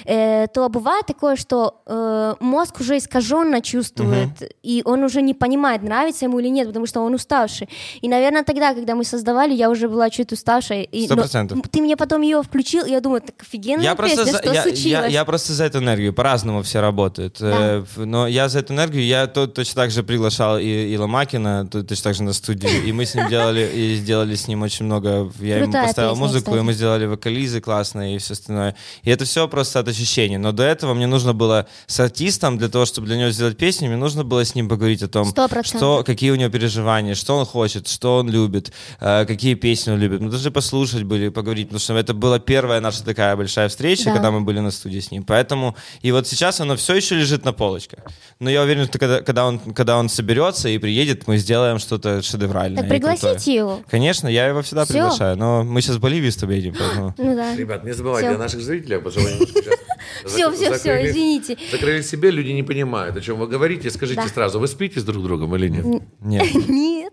Speaker 4: э, то бывает такое, что э, мозг уже искаженно чувствует, и он уже не понимает, нравится ему или нет, потому что он уставший. И, наверное, тогда, когда мы создавали, я уже была чуть уставшая. и-
Speaker 2: Сто
Speaker 4: но
Speaker 2: процентов.
Speaker 4: Ты мне потом ее включил, Ну и я думаю, так офигенная
Speaker 2: Я
Speaker 4: песня,
Speaker 2: просто, за,
Speaker 4: что
Speaker 2: я,
Speaker 4: случилось?
Speaker 2: я- я просто за эту энергию. По-разному все работают. Э, ф- Но я за эту энергию, я то- точно так же приглашал и, Ила Макина, то- точно так же на студию. И мы с ним делали, и сделали с ним очень много. Я ему
Speaker 4: Крутая
Speaker 2: поставил
Speaker 4: песня,
Speaker 2: музыку, и
Speaker 4: кстати.
Speaker 2: мы сделали вокализы классные и все остальное. И это все просто от ощущений. Но до этого мне нужно было с артистом, для того, чтобы для него сделать песню, мне нужно было с ним поговорить о том,
Speaker 4: Сто процентов.
Speaker 2: что, какие у него переживания, что он хочет, что он любит, э, какие песни он любит. Мы должны послушать были, поговорить, потому что это была первая наша такая большая встреча,
Speaker 4: Да.
Speaker 2: когда мы были на студии с ним. Поэтому и вот сейчас оно все еще лежит на полочках. Но я уверен, что когда, когда он, когда он соберется и приедет, мы сделаем что-то шедевральное.
Speaker 4: Так
Speaker 2: и крутое.
Speaker 4: пригласите его.
Speaker 2: Конечно, я его всегда
Speaker 4: Всё.
Speaker 2: приглашаю, но мы сейчас в Боливию с тобой едем,
Speaker 4: [LAUGHS]
Speaker 2: поэтому...
Speaker 4: Ну да.
Speaker 3: Ребят, не забывайте
Speaker 4: Всё.
Speaker 3: о наших зрителях, потому что они немножко
Speaker 4: [LAUGHS]
Speaker 3: сейчас
Speaker 4: Все,
Speaker 3: зак-
Speaker 4: все, все,
Speaker 3: закрыли-
Speaker 4: извините.
Speaker 3: Закрыли себе, люди не понимают, о чем вы говорите. Скажите
Speaker 4: Да.
Speaker 3: сразу, вы спите с друг другом или нет?
Speaker 2: Нет.
Speaker 4: Нет.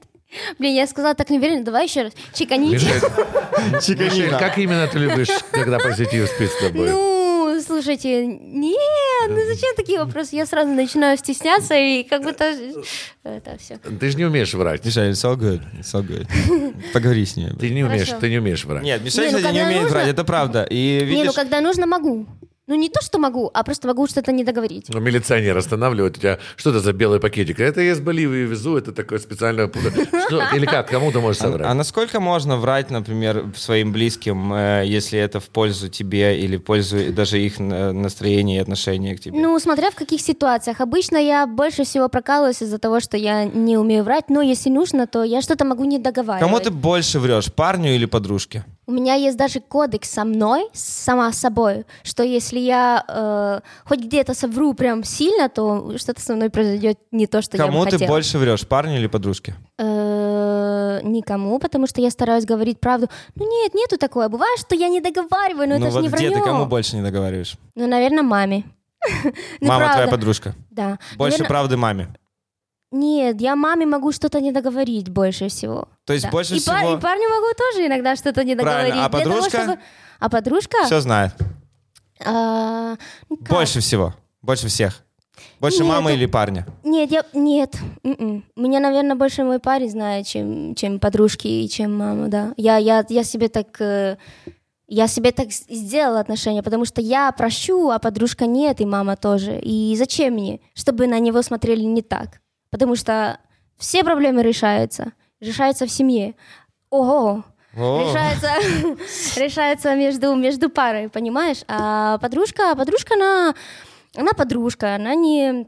Speaker 4: Блин, я сказала так неверно, давай еще раз. Чеканите.
Speaker 3: Мишель, Мишель, как именно ты любишь, когда позитив спит с тобой?
Speaker 4: Ну, слушайте, нет, ну зачем такие вопросы? Я сразу начинаю стесняться и как будто это все.
Speaker 3: Ты же не умеешь врать.
Speaker 2: Мишель, it's all good, it's all good. Поговори с
Speaker 4: [LAUGHS]
Speaker 2: ним.
Speaker 3: Ты не умеешь,
Speaker 4: Хорошо.
Speaker 3: ты не умеешь врать.
Speaker 2: Нет, Мишель,
Speaker 4: Не, ну
Speaker 2: кстати, не
Speaker 4: когда
Speaker 2: умеет
Speaker 4: нужно-
Speaker 2: врать, это правда. И
Speaker 4: Не, ну
Speaker 2: видишь,
Speaker 4: когда нужно, могу. Ну не то, что могу, а просто могу что-то не договорить.
Speaker 3: Ну, Милиционер останавливает у тебя. Что это за белый пакетик? Это я из Боливии везу, это такое специальное пудро. Что- Или как? Кому ты можешь
Speaker 2: А, а
Speaker 3: соврать?
Speaker 2: насколько можно врать, например, своим близким, э, если это в пользу тебе или в пользу даже их э, настроения и отношения к тебе?
Speaker 4: Ну, смотря в каких ситуациях. Обычно я больше всего прокалываюсь из-за того, что я не умею врать, но если нужно, то я что-то могу не договаривать.
Speaker 2: Кому ты больше врешь, парню или подружке?
Speaker 4: У меня есть даже кодекс со мной, сама собой, что если я э, хоть где-то совру прям сильно, то что-то со мной произойдет не то, что я
Speaker 2: Кому
Speaker 4: бы
Speaker 2: ты
Speaker 4: хотела.
Speaker 2: больше врешь, парню или подружке?
Speaker 4: Э, никому, потому что я стараюсь говорить правду. Ну нет, нету такое. Бывает, что я не договариваю, но это
Speaker 2: ну вот
Speaker 4: же не
Speaker 2: где ты
Speaker 4: вранье.
Speaker 2: кому больше не договариваешь?
Speaker 4: Ну, наверное, маме. [LAUGHS] Ну,
Speaker 2: Мама твоя
Speaker 4: правда.
Speaker 2: подружка.
Speaker 4: Да.
Speaker 2: Больше
Speaker 4: Наверно-
Speaker 2: правды маме.
Speaker 4: Нет, я маме могу что-то не договорить больше всего.
Speaker 2: То есть
Speaker 4: Да.
Speaker 2: больше
Speaker 4: и
Speaker 2: всего
Speaker 4: пар- и парню могу тоже иногда что-то не договорить.
Speaker 2: Правильно. А
Speaker 4: для того,
Speaker 2: подружка?
Speaker 4: чтобы- А подружка?
Speaker 2: все знает.
Speaker 4: А, ну, как?
Speaker 2: Больше всего. Больше всех. Больше
Speaker 4: Нет, ну
Speaker 2: мамы
Speaker 4: это-
Speaker 2: или парня?
Speaker 4: Нет, я... Нет. М-м. Меня, наверное, больше мой парень знает, чем, чем подружки и чем мама, да. Я, я, я себе так... э, Я себе так с- сделала отношения, потому что я прощу, а подружка нет, и мама тоже. И зачем мне, чтобы на него смотрели не так? Потому что все проблемы решаются. Решаются в семье. Ого!
Speaker 2: О.
Speaker 4: решается, [LAUGHS] решается между, между парой, понимаешь? А подружка, подружка, она, она подружка, она не...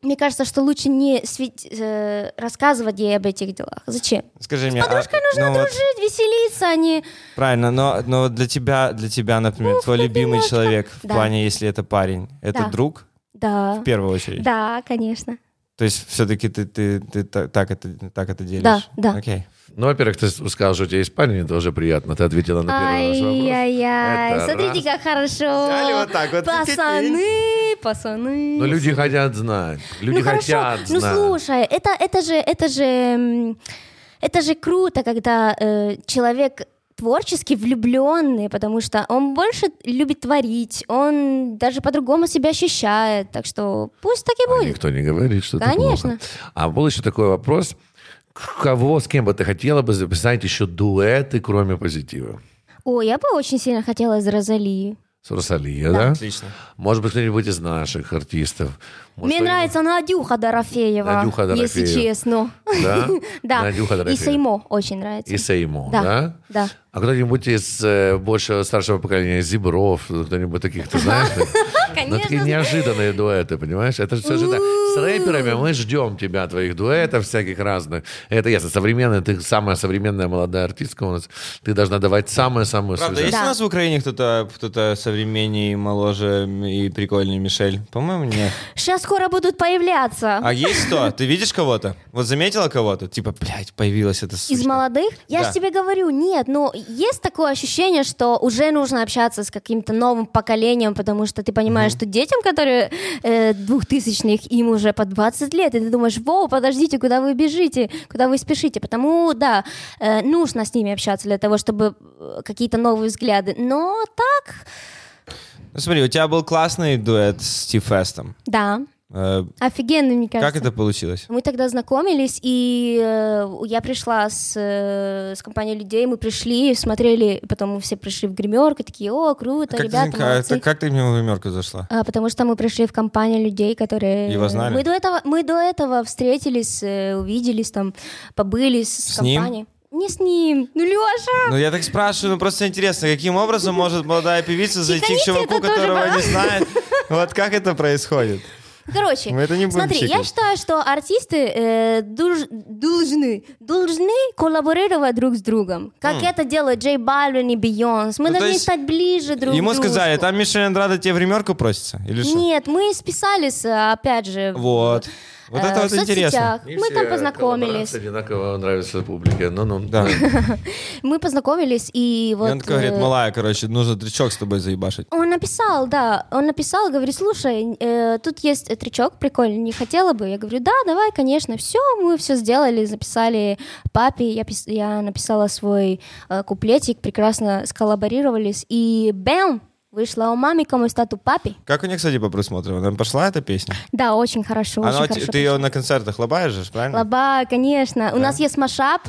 Speaker 4: Мне кажется, что лучше не сви- э, рассказывать ей об этих делах. Зачем?
Speaker 2: Скажи мне, а-
Speaker 4: Подружкой нужно
Speaker 2: ну вот-
Speaker 4: дружить, веселиться, а не...
Speaker 2: Правильно, но, но вот для тебя, для тебя, например, твой любимый
Speaker 4: кабиночка.
Speaker 2: человек в
Speaker 4: Ну, Да.
Speaker 2: плане, если это парень, это
Speaker 4: Да.
Speaker 2: друг
Speaker 4: Да,
Speaker 2: в первую очередь.
Speaker 4: да, конечно.
Speaker 2: То есть все-таки ты, ты, ты та- так, это, так это делишь?
Speaker 4: Да, да.
Speaker 2: Окей.
Speaker 3: Ну, во-первых, ты сказал, что у тебя есть парень, это уже приятно. Ты ответила на первый наш вопрос.
Speaker 4: Ай-яй-яй,
Speaker 3: Это
Speaker 4: смотрите, как хорошо.
Speaker 2: Взяли вот так вот.
Speaker 4: Пацаны, пацаны.
Speaker 3: Но Ну, люди хотят знать. Люди
Speaker 4: ну
Speaker 3: хотят
Speaker 4: хорошо,
Speaker 3: знать.
Speaker 4: ну слушай, это, это же, это же, м, это же круто, когда э, человек творчески влюбленный, потому что он больше любит творить, он даже по-другому себя ощущает, так что пусть так и
Speaker 3: А
Speaker 4: будет.
Speaker 3: Никто не говорит, что это
Speaker 4: Конечно.
Speaker 3: плохо. А был еще такой вопрос. К- Кого, с кем бы ты хотела бы записать еще дуэты, кроме позитива?
Speaker 4: О, я бы очень сильно хотела из Розалии.
Speaker 3: С Русалия, да?
Speaker 2: Отлично.
Speaker 3: Может быть, кто-нибудь из наших артистов. Может,
Speaker 4: Мне
Speaker 3: кто-нибудь-
Speaker 4: нравится Надюха Дорофеева,
Speaker 3: Надюха
Speaker 4: если
Speaker 3: Дорофеева.
Speaker 4: честно.
Speaker 3: Да?
Speaker 4: [LAUGHS] Да,
Speaker 3: Надюха
Speaker 4: и
Speaker 3: Дорофеева.
Speaker 4: Сеймо очень нравится.
Speaker 3: И Сеймо,
Speaker 4: Да,
Speaker 3: да?
Speaker 4: да.
Speaker 3: А кто-нибудь из э, больше старшего поколения, из Зибров, кто-нибудь таких, ты знаешь? Ну, такие
Speaker 4: [LAUGHS] Конечно,
Speaker 3: неожиданные дуэты, понимаешь? Это же все ожидает. С рэперами мы ждем тебя, твоих дуэтов всяких разных. Это ясно. Современная, ты самая современная молодая артистка у нас. Ты должна давать самое-самое
Speaker 2: Правда,
Speaker 3: свежее.
Speaker 2: есть
Speaker 4: Да.
Speaker 2: у нас в Украине кто-то кто-то современнее, моложе и прикольнее Мишель? По-моему, нет.
Speaker 4: сейчас скоро будут появляться.
Speaker 2: А есть
Speaker 4: [LAUGHS]
Speaker 2: кто? Ты видишь кого-то? Вот заметила кого-то? Типа, блядь, появилась эта сучка.
Speaker 4: Из молодых? Я
Speaker 2: Да.
Speaker 4: же тебе говорю, нет, но есть такое ощущение, что уже нужно общаться с каким-то новым поколением, потому что ты понимаешь, что детям, которые э, двухтысячных, им уже по 20 лет, и ты думаешь, воу, подождите, куда вы бежите, куда вы спешите, потому, да, э, нужно с ними общаться для того, чтобы э, какие-то новые взгляды, но так,
Speaker 2: Ну, смотри, у тебя был классный дуэт с Стив Фестом.
Speaker 4: да,
Speaker 2: Э,
Speaker 4: офигенно, мне кажется. Ну,
Speaker 2: Как это получилось?
Speaker 4: Мы тогда знакомились, и э, я пришла с, э, с компанией людей, мы пришли, смотрели, потом мы все пришли в гримерку, такие, о, круто,
Speaker 2: Как ты,
Speaker 4: ребята,
Speaker 2: знаком-
Speaker 4: молодцы».
Speaker 2: это- как ты мне в гримерку зашла?
Speaker 4: А, потому что мы пришли в компанию людей, которые...
Speaker 2: Его знали?
Speaker 4: Мы до этого, мы до этого встретились, э, увиделись там, побыли с,
Speaker 2: С ним?
Speaker 4: компанией. Не с ним, ну Леша!
Speaker 2: Ну, я так спрашиваю, ну, просто интересно, каким образом может молодая певица зайти к
Speaker 4: Тихоните,
Speaker 2: чуваку,
Speaker 4: это тоже
Speaker 2: которого
Speaker 4: было.
Speaker 2: не знает? Вот как это происходит?
Speaker 4: Короче,
Speaker 2: Мы это не будем
Speaker 4: смотри, я
Speaker 2: чекать.
Speaker 4: считаю, что артисты э, дуж- должны, должны коллаборировать друг с другом, как это делают Джей Балвин и Бейонс. Мы
Speaker 2: Ну, то
Speaker 4: должны
Speaker 2: есть
Speaker 4: стать ближе друг к
Speaker 2: Ему
Speaker 4: другу.
Speaker 2: сказали, там Мишель Андрада тебе в гримерку просится? Или что?
Speaker 4: Нет, мы списались, э, опять же. в-
Speaker 2: Вот. Вот
Speaker 4: э,
Speaker 2: это
Speaker 4: в
Speaker 2: вот интересно.
Speaker 4: соцсетях. Мы там познакомились.
Speaker 3: Одинаково нравится публике. Ну, Ну-ну.
Speaker 2: Да.
Speaker 4: Мы познакомились, и
Speaker 2: И
Speaker 4: вот...
Speaker 2: он такой говорит,
Speaker 4: э,
Speaker 2: малая, короче, нужно трючок с тобой заебашить.
Speaker 4: Он написал, да, он написал, говорит, слушай, э, тут есть э, тречок прикольный, не хотела бы? Я говорю, да, давай, конечно, все, мы все сделали, записали папе, я, пис- я написала свой э, куплетик, прекрасно сколлаборировались, и бэм, вышла у мамы, кому стату папе.
Speaker 2: Как у них, кстати, по просмотрам? Нам пошла эта песня?
Speaker 4: Да, очень хорошо,
Speaker 2: Она
Speaker 4: очень
Speaker 2: у те-
Speaker 4: хорошо.
Speaker 2: ты ее на концертах лобаешь же, правильно?
Speaker 4: Лаба, конечно. У нас есть машап,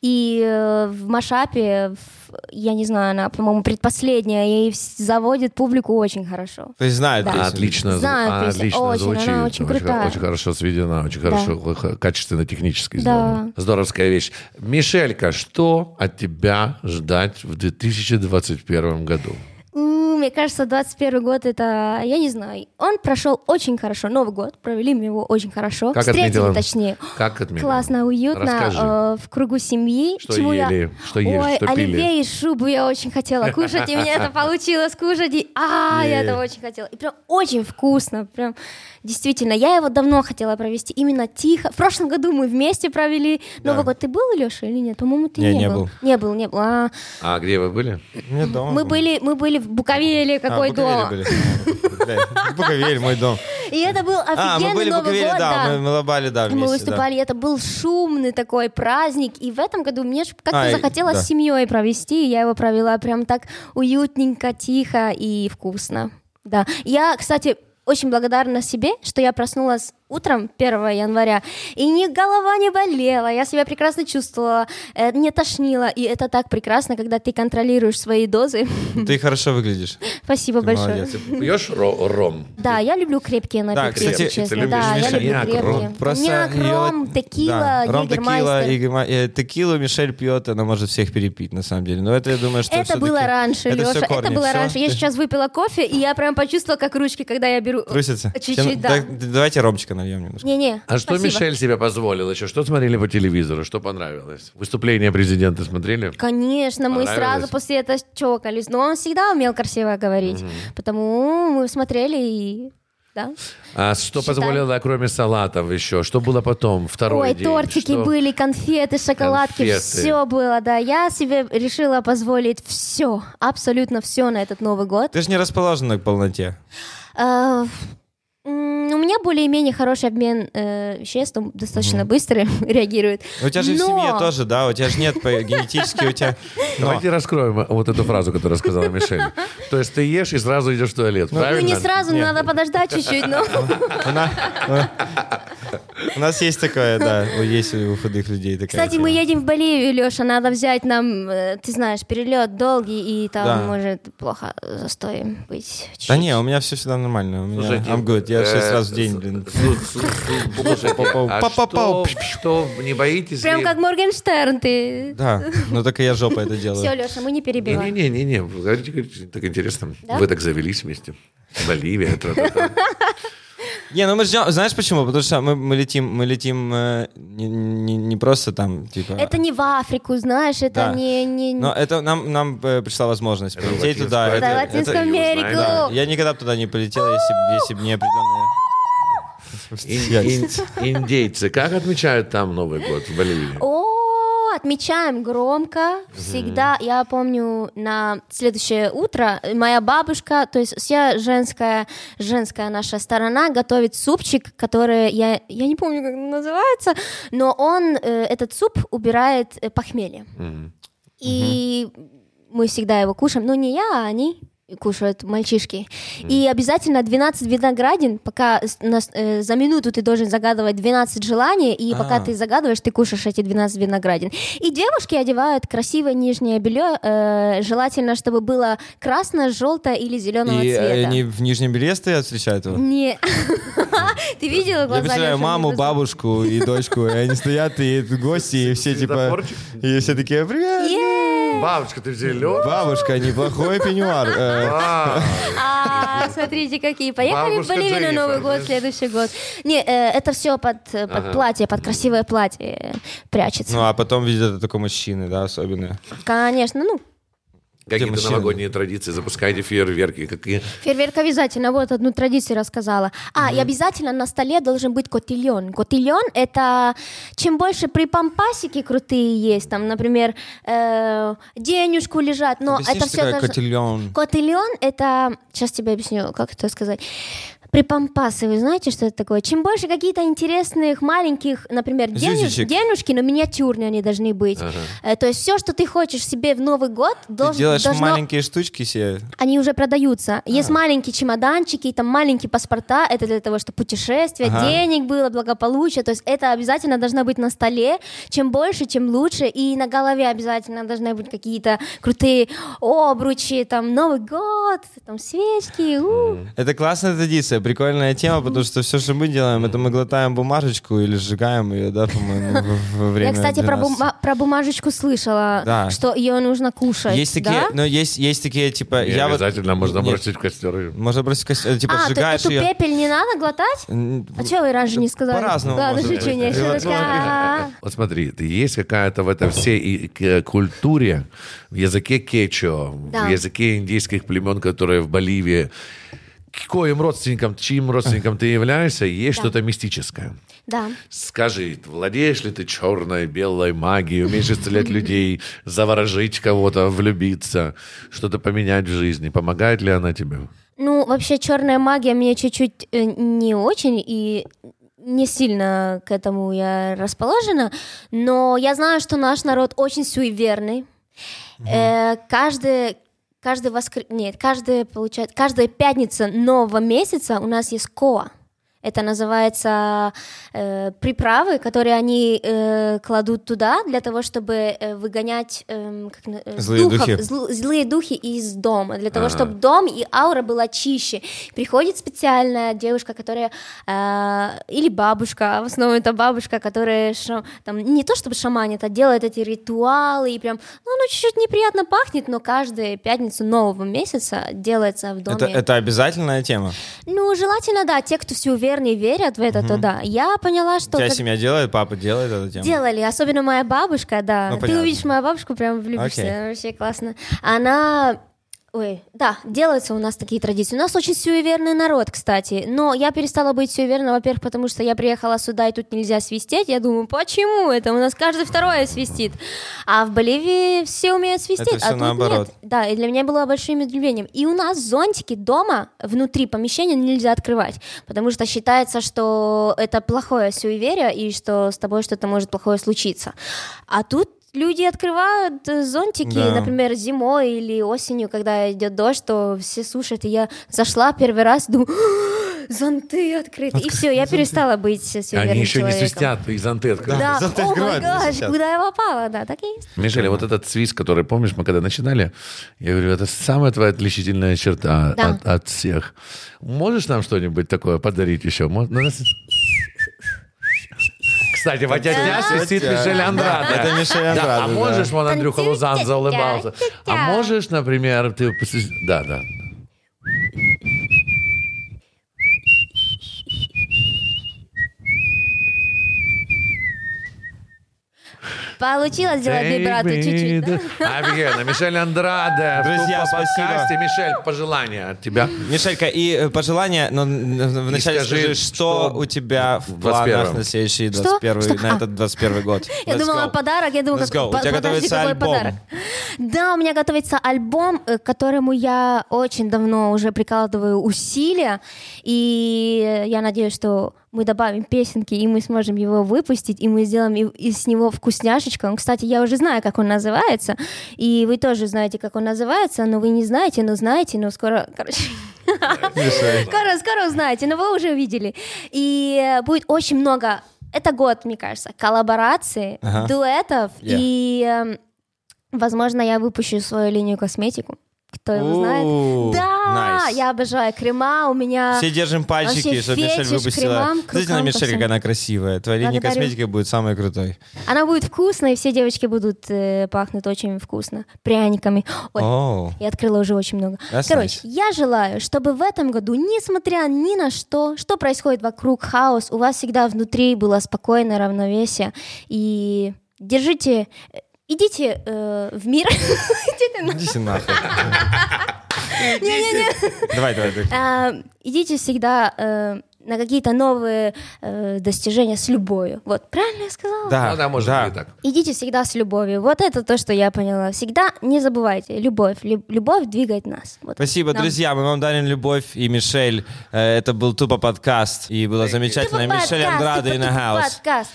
Speaker 4: и э, в машапе, в- я не знаю, она, по-моему, предпоследняя, и вс- заводит публику очень хорошо.
Speaker 2: То есть знает
Speaker 4: Да.
Speaker 2: песню.
Speaker 3: Отлично, зв-
Speaker 4: Знаю
Speaker 3: а,
Speaker 4: песню.
Speaker 3: отлично
Speaker 4: Очень,
Speaker 3: звучит.
Speaker 4: она очень
Speaker 3: хо-
Speaker 4: крутая.
Speaker 3: очень хорошо сведена, очень хорошо, х- качественно технически
Speaker 4: Да.
Speaker 3: сделана. Здоровская вещь. Мишелька, что от тебя ждать в 2021 году?
Speaker 4: У, Мне кажется, 21 год это, я не знаю, он прошел очень хорошо. Новый год провели мы его очень хорошо.
Speaker 3: Как
Speaker 4: Встретили,
Speaker 3: отметила?
Speaker 4: точнее.
Speaker 3: Как отметила?
Speaker 4: Классно,
Speaker 3: Расскажи.
Speaker 4: уютно, э, в кругу семьи.
Speaker 3: Что
Speaker 4: Чему я-
Speaker 3: ели? Что ели?
Speaker 4: Ой,
Speaker 3: Что пили?
Speaker 4: оливье и шубу я очень хотела кушать, и мне это получилось кушать. И, а, я
Speaker 3: Е.
Speaker 4: это очень хотела. И прям очень вкусно, прям действительно. Я его давно хотела провести, именно тихо. В прошлом году мы вместе провели Новый год. Ты был, Леша, или нет? По-моему, ты
Speaker 2: Не,
Speaker 4: не,
Speaker 2: не
Speaker 4: был.
Speaker 2: был.
Speaker 4: Не был, не был. А,
Speaker 3: А где вы были?
Speaker 2: Мне дома.
Speaker 4: мы были, мы были в Буковеле,
Speaker 2: А, в
Speaker 4: какой
Speaker 2: Буковеле
Speaker 4: дом.
Speaker 2: были. Блядь, Буковель, мой дом.
Speaker 4: И это был офигенный
Speaker 2: А, мы были в
Speaker 4: Новый
Speaker 2: Буковеле,
Speaker 4: год,
Speaker 2: да,
Speaker 4: да.
Speaker 2: мы мы лобали, да,
Speaker 4: Мы
Speaker 2: вместе. да.
Speaker 4: выступали, это был шумный такой праздник, и в этом году мне ж как-то
Speaker 2: А, и-
Speaker 4: захотелось
Speaker 2: да.
Speaker 4: с семьей провести, и я его провела прям так уютненько, тихо и вкусно. Да. Я, кстати, очень благодарна себе, что я проснулась утром 1 января, и ни голова не болела, я себя прекрасно чувствовала, э, не тошнила, и это так прекрасно, когда ты контролируешь свои дозы. [LAUGHS]
Speaker 2: Ты хорошо выглядишь.
Speaker 4: Спасибо большое.
Speaker 2: Молодец.
Speaker 3: Пьешь ро- ром?
Speaker 4: Да, я люблю крепкие напитки,
Speaker 2: кстати,
Speaker 4: если честно.
Speaker 3: ты любишь
Speaker 4: да, я
Speaker 2: Мишель?
Speaker 4: люблю
Speaker 3: Коньяк,
Speaker 4: крепкие.
Speaker 3: ром.
Speaker 4: Коньяк, ром,
Speaker 2: её-
Speaker 4: текила,
Speaker 2: да, Ром, текила,
Speaker 4: егермайстер.
Speaker 2: егерма- э, текилу Мишель пьет, она может всех перепить, на самом деле. Но это, я думаю, что
Speaker 4: Это
Speaker 2: всё-таки-
Speaker 4: было раньше,
Speaker 2: это всё
Speaker 4: Леша, это
Speaker 2: корни,
Speaker 4: было
Speaker 2: всё.
Speaker 4: раньше. Я
Speaker 2: Ты
Speaker 4: сейчас выпила кофе, и я прям почувствовала, как ручки, когда я беру... э,
Speaker 2: Трусится?
Speaker 4: Чуть-чуть,
Speaker 2: Чем-
Speaker 4: да.
Speaker 2: так, Давайте Ромчика нальем немножко.
Speaker 4: Не-не,
Speaker 3: А что
Speaker 4: спасибо.
Speaker 3: Мишель себе позволил еще? Что смотрели по телевизору? Что понравилось? Выступление президента смотрели?
Speaker 4: Конечно, мы
Speaker 3: Понравилось?
Speaker 4: сразу после этого чокались. Но он всегда умел красиво говорить. Потому мы смотрели и... Да.
Speaker 3: А что
Speaker 4: Считай.
Speaker 3: позволило, кроме салатов еще? Что было потом? Второй
Speaker 4: Ой,
Speaker 3: день?
Speaker 4: тортики
Speaker 3: Что-
Speaker 4: были, конфеты, шоколадки,
Speaker 3: Конфеты.
Speaker 4: все было, да. Я себе решила позволить все, абсолютно все на этот Новый год.
Speaker 2: Ты же не расположена к полноте.
Speaker 4: Э, м, У меня более-менее хороший обмен э, веществ, он достаточно быстро [LAUGHS] реагирует.
Speaker 2: У тебя же в
Speaker 4: Но-
Speaker 2: семье тоже, да? У тебя же нет по- генетически, у тебя... Но.
Speaker 3: Давайте раскроем вот эту фразу, которую сказала Мишель. То есть ты ешь и сразу идешь в туалет,
Speaker 4: Ну,
Speaker 3: правильно?
Speaker 4: не сразу, надо подождать
Speaker 2: [LAUGHS]
Speaker 4: чуть-чуть, но...
Speaker 2: У нас есть такое, да, у- есть у худых людей такая.
Speaker 4: Кстати,
Speaker 2: тема.
Speaker 4: мы едем в Боливию, Леша, надо взять нам, э, ты знаешь, перелет долгий, и там
Speaker 2: Да.
Speaker 4: может плохо застой быть. чуть-чуть.
Speaker 2: Да не, у меня все всегда нормально. У меня
Speaker 3: Слушайте,
Speaker 2: I'm good. Я
Speaker 3: э,
Speaker 2: шесть раз в день,
Speaker 3: с-
Speaker 2: блин.
Speaker 3: с- с- слушайте, а
Speaker 2: Па-па-пау.
Speaker 3: что- Что, не боитесь?
Speaker 4: Прям
Speaker 3: ли-
Speaker 4: как Моргенштерн ты.
Speaker 2: Да,
Speaker 4: [LAUGHS]
Speaker 2: ну так и я жопа это
Speaker 4: Все,
Speaker 2: делаю.
Speaker 4: Леша, мы не перебиваем.
Speaker 3: Не-не-не, вы говорите, говорите, так интересно.
Speaker 4: Да?
Speaker 3: Вы так завелись вместе. Боливия. тра-та-та.
Speaker 2: Не, ну мы ждем, знаешь почему? Потому что мы, мы летим, мы летим э, не, не- не просто там, типа...
Speaker 4: Это не в Африку, знаешь, это
Speaker 2: Да.
Speaker 4: не... не-
Speaker 2: Но это нам, нам э, пришла возможность
Speaker 3: Это
Speaker 2: полететь
Speaker 3: Латинская
Speaker 2: туда.
Speaker 4: Да,
Speaker 2: Это-
Speaker 3: Америка.
Speaker 2: это-
Speaker 4: Латинскую
Speaker 3: это-
Speaker 4: Америку.
Speaker 3: Да,
Speaker 2: Я никогда бы туда не полетел, если бы не определенные...
Speaker 3: Ин- ин- Индейцы. Как отмечают там Новый год в Боливии?
Speaker 4: О, отмечаем громко. Всегда, я помню, на следующее утро э, моя бабушка, то есть вся женская, женская наша сторона готовит супчик, который я, я не помню, как он называется, но он, э, этот суп убирает э, похмелье. И мы всегда его кушаем. Ну, не я, а они кушают мальчишки. И обязательно 12 виноградин, пока с- нас- э, за минуту ты должен загадывать 12 желаний, и пока
Speaker 2: А.
Speaker 4: ты загадываешь, ты кушаешь эти 12 виноградин. И девушки одевают красивое нижнее белье, э, желательно, чтобы было красное, желтое или зеленого
Speaker 2: И э,
Speaker 4: цвета.
Speaker 2: они в нижнем белье стоят, встречают его?
Speaker 4: Не. [LAUGHS] Ты видела глаза?
Speaker 2: Я представляю
Speaker 4: Леши?
Speaker 2: маму,
Speaker 4: Мне
Speaker 2: бабушку и дочку, и они стоят, и это гости, и все типа...
Speaker 3: Светофорчик.
Speaker 2: И все такие,
Speaker 4: просто-
Speaker 2: привет!
Speaker 4: Е!
Speaker 3: Бабушка, ты зеленый?
Speaker 2: Бабушка, неплохой пеньюар.
Speaker 4: [LAUGHS]
Speaker 2: Э,
Speaker 4: А, Смотрите, какие. Поехали в
Speaker 3: Бабушка
Speaker 4: Боливию на
Speaker 3: Дженнифер,
Speaker 4: Новый год,
Speaker 3: да.
Speaker 4: следующий год. Не, э, это все под э, под платье, под красивое платье э,
Speaker 2: Ну,
Speaker 4: прячется.
Speaker 2: а потом видят это только мужчины, да, особенно.
Speaker 4: Конечно, ну,
Speaker 3: Какие-то
Speaker 2: мужчины?
Speaker 3: новогодние традиции, запускайте фейерверки. Какие...
Speaker 4: Фейерверк обязательно, вот одну традицию рассказала. А, и обязательно на столе должен быть котильон. Котильон — это чем больше припампасики крутые есть, там, например, э, денежку лежат, но
Speaker 2: Объясни,
Speaker 4: это
Speaker 2: что
Speaker 4: все
Speaker 2: такое
Speaker 4: должно...
Speaker 2: котильон?
Speaker 4: Котильон — это... Сейчас тебе объясню, как это сказать. Припампасы, вы знаете, что это такое? Чем больше какие-то интересных маленьких, например, денеж-
Speaker 2: Зюзичек.
Speaker 4: денежки, но миниатюрные они должны быть. Э, то есть все, что ты хочешь себе в Новый год,
Speaker 2: Ты
Speaker 4: долж-
Speaker 2: делаешь
Speaker 4: должно
Speaker 2: маленькие штучки себе.
Speaker 4: они уже продаются.
Speaker 2: А.
Speaker 4: Есть маленькие чемоданчики, там маленькие паспорта. Это для того, чтобы путешествие,
Speaker 2: Ага.
Speaker 4: денег было, благополучие. То есть это обязательно должно быть на столе. Чем больше, тем лучше. И на голове обязательно должны быть какие-то крутые обручи, там Новый год, там свечки. у.
Speaker 2: Это классная традиция, прикольная тема, потому что все, что мы делаем, это мы глотаем бумажечку или сжигаем ее, да, по-моему, в- во время
Speaker 4: Я, кстати, про,
Speaker 2: 12.
Speaker 4: бума- про бумажечку слышала,
Speaker 2: Да.
Speaker 4: что ее нужно кушать.
Speaker 2: Есть такие, ну,
Speaker 4: да?
Speaker 2: но есть, есть такие, типа,
Speaker 3: Не
Speaker 2: я вот-
Speaker 3: обязательно можно
Speaker 2: Нет,
Speaker 3: бросить в костер.
Speaker 2: Можно бросить костер, типа,
Speaker 4: а, ты
Speaker 2: сжигаешь
Speaker 4: эту
Speaker 2: ее.
Speaker 4: пепель не надо глотать? А чего вы раньше не сказали?
Speaker 2: по-разному
Speaker 4: Ладно,
Speaker 2: может
Speaker 4: шучу,
Speaker 2: быть.
Speaker 4: не
Speaker 2: И вот
Speaker 4: шутка.
Speaker 2: [LAUGHS]
Speaker 3: Вот смотри, ты есть какая-то в этой всей и- к- э, культуре, в языке кечо,
Speaker 4: Да.
Speaker 3: в языке индийских племен, которые в Боливии, к коим родственникам, чьим родственникам ты являешься, есть
Speaker 4: Да.
Speaker 3: что-то мистическое.
Speaker 4: Да.
Speaker 3: Скажи, владеешь ли ты черной, белой магией, умеешь
Speaker 4: [LAUGHS]
Speaker 3: исцелять людей, заворожить кого-то, влюбиться, что-то поменять в жизни? Помогает ли она тебе?
Speaker 4: Ну, вообще, черная магия мне чуть-чуть э, не очень и не сильно к этому я расположена, но я знаю, что наш народ очень суеверный. Э, каждый каждый воскр... нет, каждый получает каждая пятница нового месяца у нас есть коа. Это называется э, приправы, которые они э, кладут туда для того, чтобы э, выгонять эм, как на- э,
Speaker 2: Злые
Speaker 4: духов,
Speaker 2: духи.
Speaker 4: зл- злые духи из дома, для того,
Speaker 2: А.
Speaker 3: Ага.
Speaker 4: чтобы дом и аура была чище. Приходит специальная девушка, которая э, или бабушка, а в основном это бабушка, которая ша- там не то чтобы шаманит, а делает эти ритуалы и прям, ну, оно чуть-чуть неприятно пахнет, но каждую пятницу нового месяца делается в доме.
Speaker 2: Это, это обязательная тема.
Speaker 4: Ну, желательно, да, те, кто все уверенно верят в это, то да. Я поняла, что
Speaker 2: Тебя
Speaker 4: как-
Speaker 2: семья делает, папа делает эту тему.
Speaker 4: Делали, особенно моя бабушка, да.
Speaker 2: Ну,
Speaker 4: Ты
Speaker 2: понятно.
Speaker 4: увидишь мою бабушку, прям влюбишься,
Speaker 2: Окей.
Speaker 4: она вообще классно. Она... Ой, да, делаются у нас такие традиции. У нас очень суеверный народ, кстати. Но я перестала быть суеверной, во-первых, потому что я приехала сюда, и тут нельзя свистеть. Я думаю, почему это? У нас каждый второй свистит. А в Боливии все умеют свистеть,
Speaker 2: всё
Speaker 4: а тут
Speaker 2: наоборот.
Speaker 4: нет. Да, и для меня было большим удивлением. И у нас зонтики дома внутри помещения нельзя открывать, потому что считается, что это плохое суеверие и что с тобой что-то может плохое случиться. А тут люди открывают э, зонтики,
Speaker 2: Да.
Speaker 4: например, зимой или осенью, когда идет дождь, то все сушат. И я зашла первый раз, думаю, «А, зонты открыты. И все, я перестала быть суеверным
Speaker 3: Они еще не
Speaker 4: человеком.
Speaker 3: свистят, и зонты открыты.
Speaker 4: Да,
Speaker 2: зонты
Speaker 4: о май
Speaker 2: открывают, не
Speaker 4: гаш,
Speaker 2: свистят.
Speaker 4: куда я попала, да, так и есть.
Speaker 3: Мишеля, вот этот свист, который, помнишь, мы когда начинали, я говорю, это самая твоя отличительная черта
Speaker 4: Да.
Speaker 3: от, от всех. Можешь нам что-нибудь такое подарить еще? Мо- ну, нас- Кстати, в отятя свистит
Speaker 2: Тетя.
Speaker 3: Мишель Андрада.
Speaker 2: Это Мишель
Speaker 3: Да,
Speaker 2: Андрада,
Speaker 3: а
Speaker 2: да.
Speaker 3: можешь, вон Андрюха
Speaker 4: Тетя,
Speaker 3: Лузан заулыбался.
Speaker 4: тетя.
Speaker 3: А можешь, например, ты... посвис- Да, да.
Speaker 4: Получилось сделать вибрато чуть-чуть, да?
Speaker 3: Офигенно. Мишель Андраде.
Speaker 2: Друзья,
Speaker 3: в тупо
Speaker 2: спасибо.
Speaker 3: подкасте. Мишель, пожелания от тебя.
Speaker 2: Мишелька, и э, пожелание, но н- вначале
Speaker 3: скажи,
Speaker 2: скажи, что
Speaker 3: что
Speaker 2: у тебя в
Speaker 3: 21-м.
Speaker 2: планах на следующий
Speaker 4: Что?
Speaker 2: 21
Speaker 4: Что?
Speaker 2: на
Speaker 4: А.
Speaker 2: этот 21 год?
Speaker 4: [LAUGHS] Я
Speaker 2: Let's
Speaker 4: думала
Speaker 2: go.
Speaker 4: подарок, я думала,
Speaker 2: Let's go.
Speaker 4: как,
Speaker 2: У
Speaker 4: по-
Speaker 2: тебя
Speaker 4: подожди,
Speaker 2: готовится
Speaker 4: какой
Speaker 2: альбом. [LAUGHS]
Speaker 4: подарок. Да, у меня готовится альбом, э, к которому я очень давно уже прикладываю усилия, и я надеюсь, что мы добавим песенки, и мы сможем его выпустить, и мы сделаем и- из него вкусняшечку. Ну, Кстати, я уже знаю, как он называется, и вы тоже знаете, как он называется, но вы не знаете, но знаете, но скоро, короче, Скоро, скоро узнаете, но вы уже увидели. И э, будет очень много, это год, мне кажется, коллабораций,
Speaker 2: Ага.
Speaker 4: дуэтов.
Speaker 2: Yeah.
Speaker 4: И, эм, возможно, я выпущу свою линию косметику. Кто его знает?
Speaker 2: Ooh,
Speaker 4: Да,
Speaker 2: nice.
Speaker 4: я обожаю крема, у меня...
Speaker 2: Все держим пальчики,
Speaker 4: А, Вообще
Speaker 2: чтобы Мишель
Speaker 4: фетиш
Speaker 2: выпустила.
Speaker 4: кремам,
Speaker 2: Смотрите на
Speaker 4: крутам,
Speaker 2: Мишель, как
Speaker 4: пацаны.
Speaker 2: она красивая. Твоя линия
Speaker 4: Благодарю.
Speaker 2: косметики будет самой крутой.
Speaker 4: Она будет вкусная, и все девочки будут э, пахнуть очень вкусно, пряниками. Ой,
Speaker 2: Оу.
Speaker 4: Я открыла уже очень много.
Speaker 2: That's
Speaker 4: Короче,
Speaker 2: nice.
Speaker 4: я желаю, чтобы в этом году, несмотря ни на что, что происходит вокруг, хаос, у вас всегда внутри было спокойное равновесие. И держите, э, идите э, в мир. [LAUGHS] Идите на-
Speaker 2: Идите нахуй.
Speaker 4: [LAUGHS]
Speaker 2: Давай, давай, давай.
Speaker 4: А, Идите всегда э, на какие-то новые э, достижения с любовью. Вот, правильно я сказала?
Speaker 2: Да,
Speaker 3: Ну да, можно и так.
Speaker 4: Идите всегда с любовью. Вот это то, что я поняла. Всегда не забывайте. Любовь. Лю- любовь двигает нас. Вот.
Speaker 2: Спасибо,
Speaker 4: Нам.
Speaker 2: друзья. Мы вам дарим любовь и Мишель. Э, Это был тупо подкаст. И было замечательно. Мишель
Speaker 4: Подкаст,
Speaker 2: Андрада и Хаус.
Speaker 4: подкаст.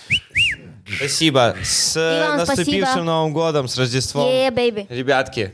Speaker 2: Спасибо. С
Speaker 4: И вам
Speaker 2: наступившим
Speaker 4: спасибо.
Speaker 2: Новым годом, с Рождеством.
Speaker 4: Yeah, baby.
Speaker 2: Ребятки,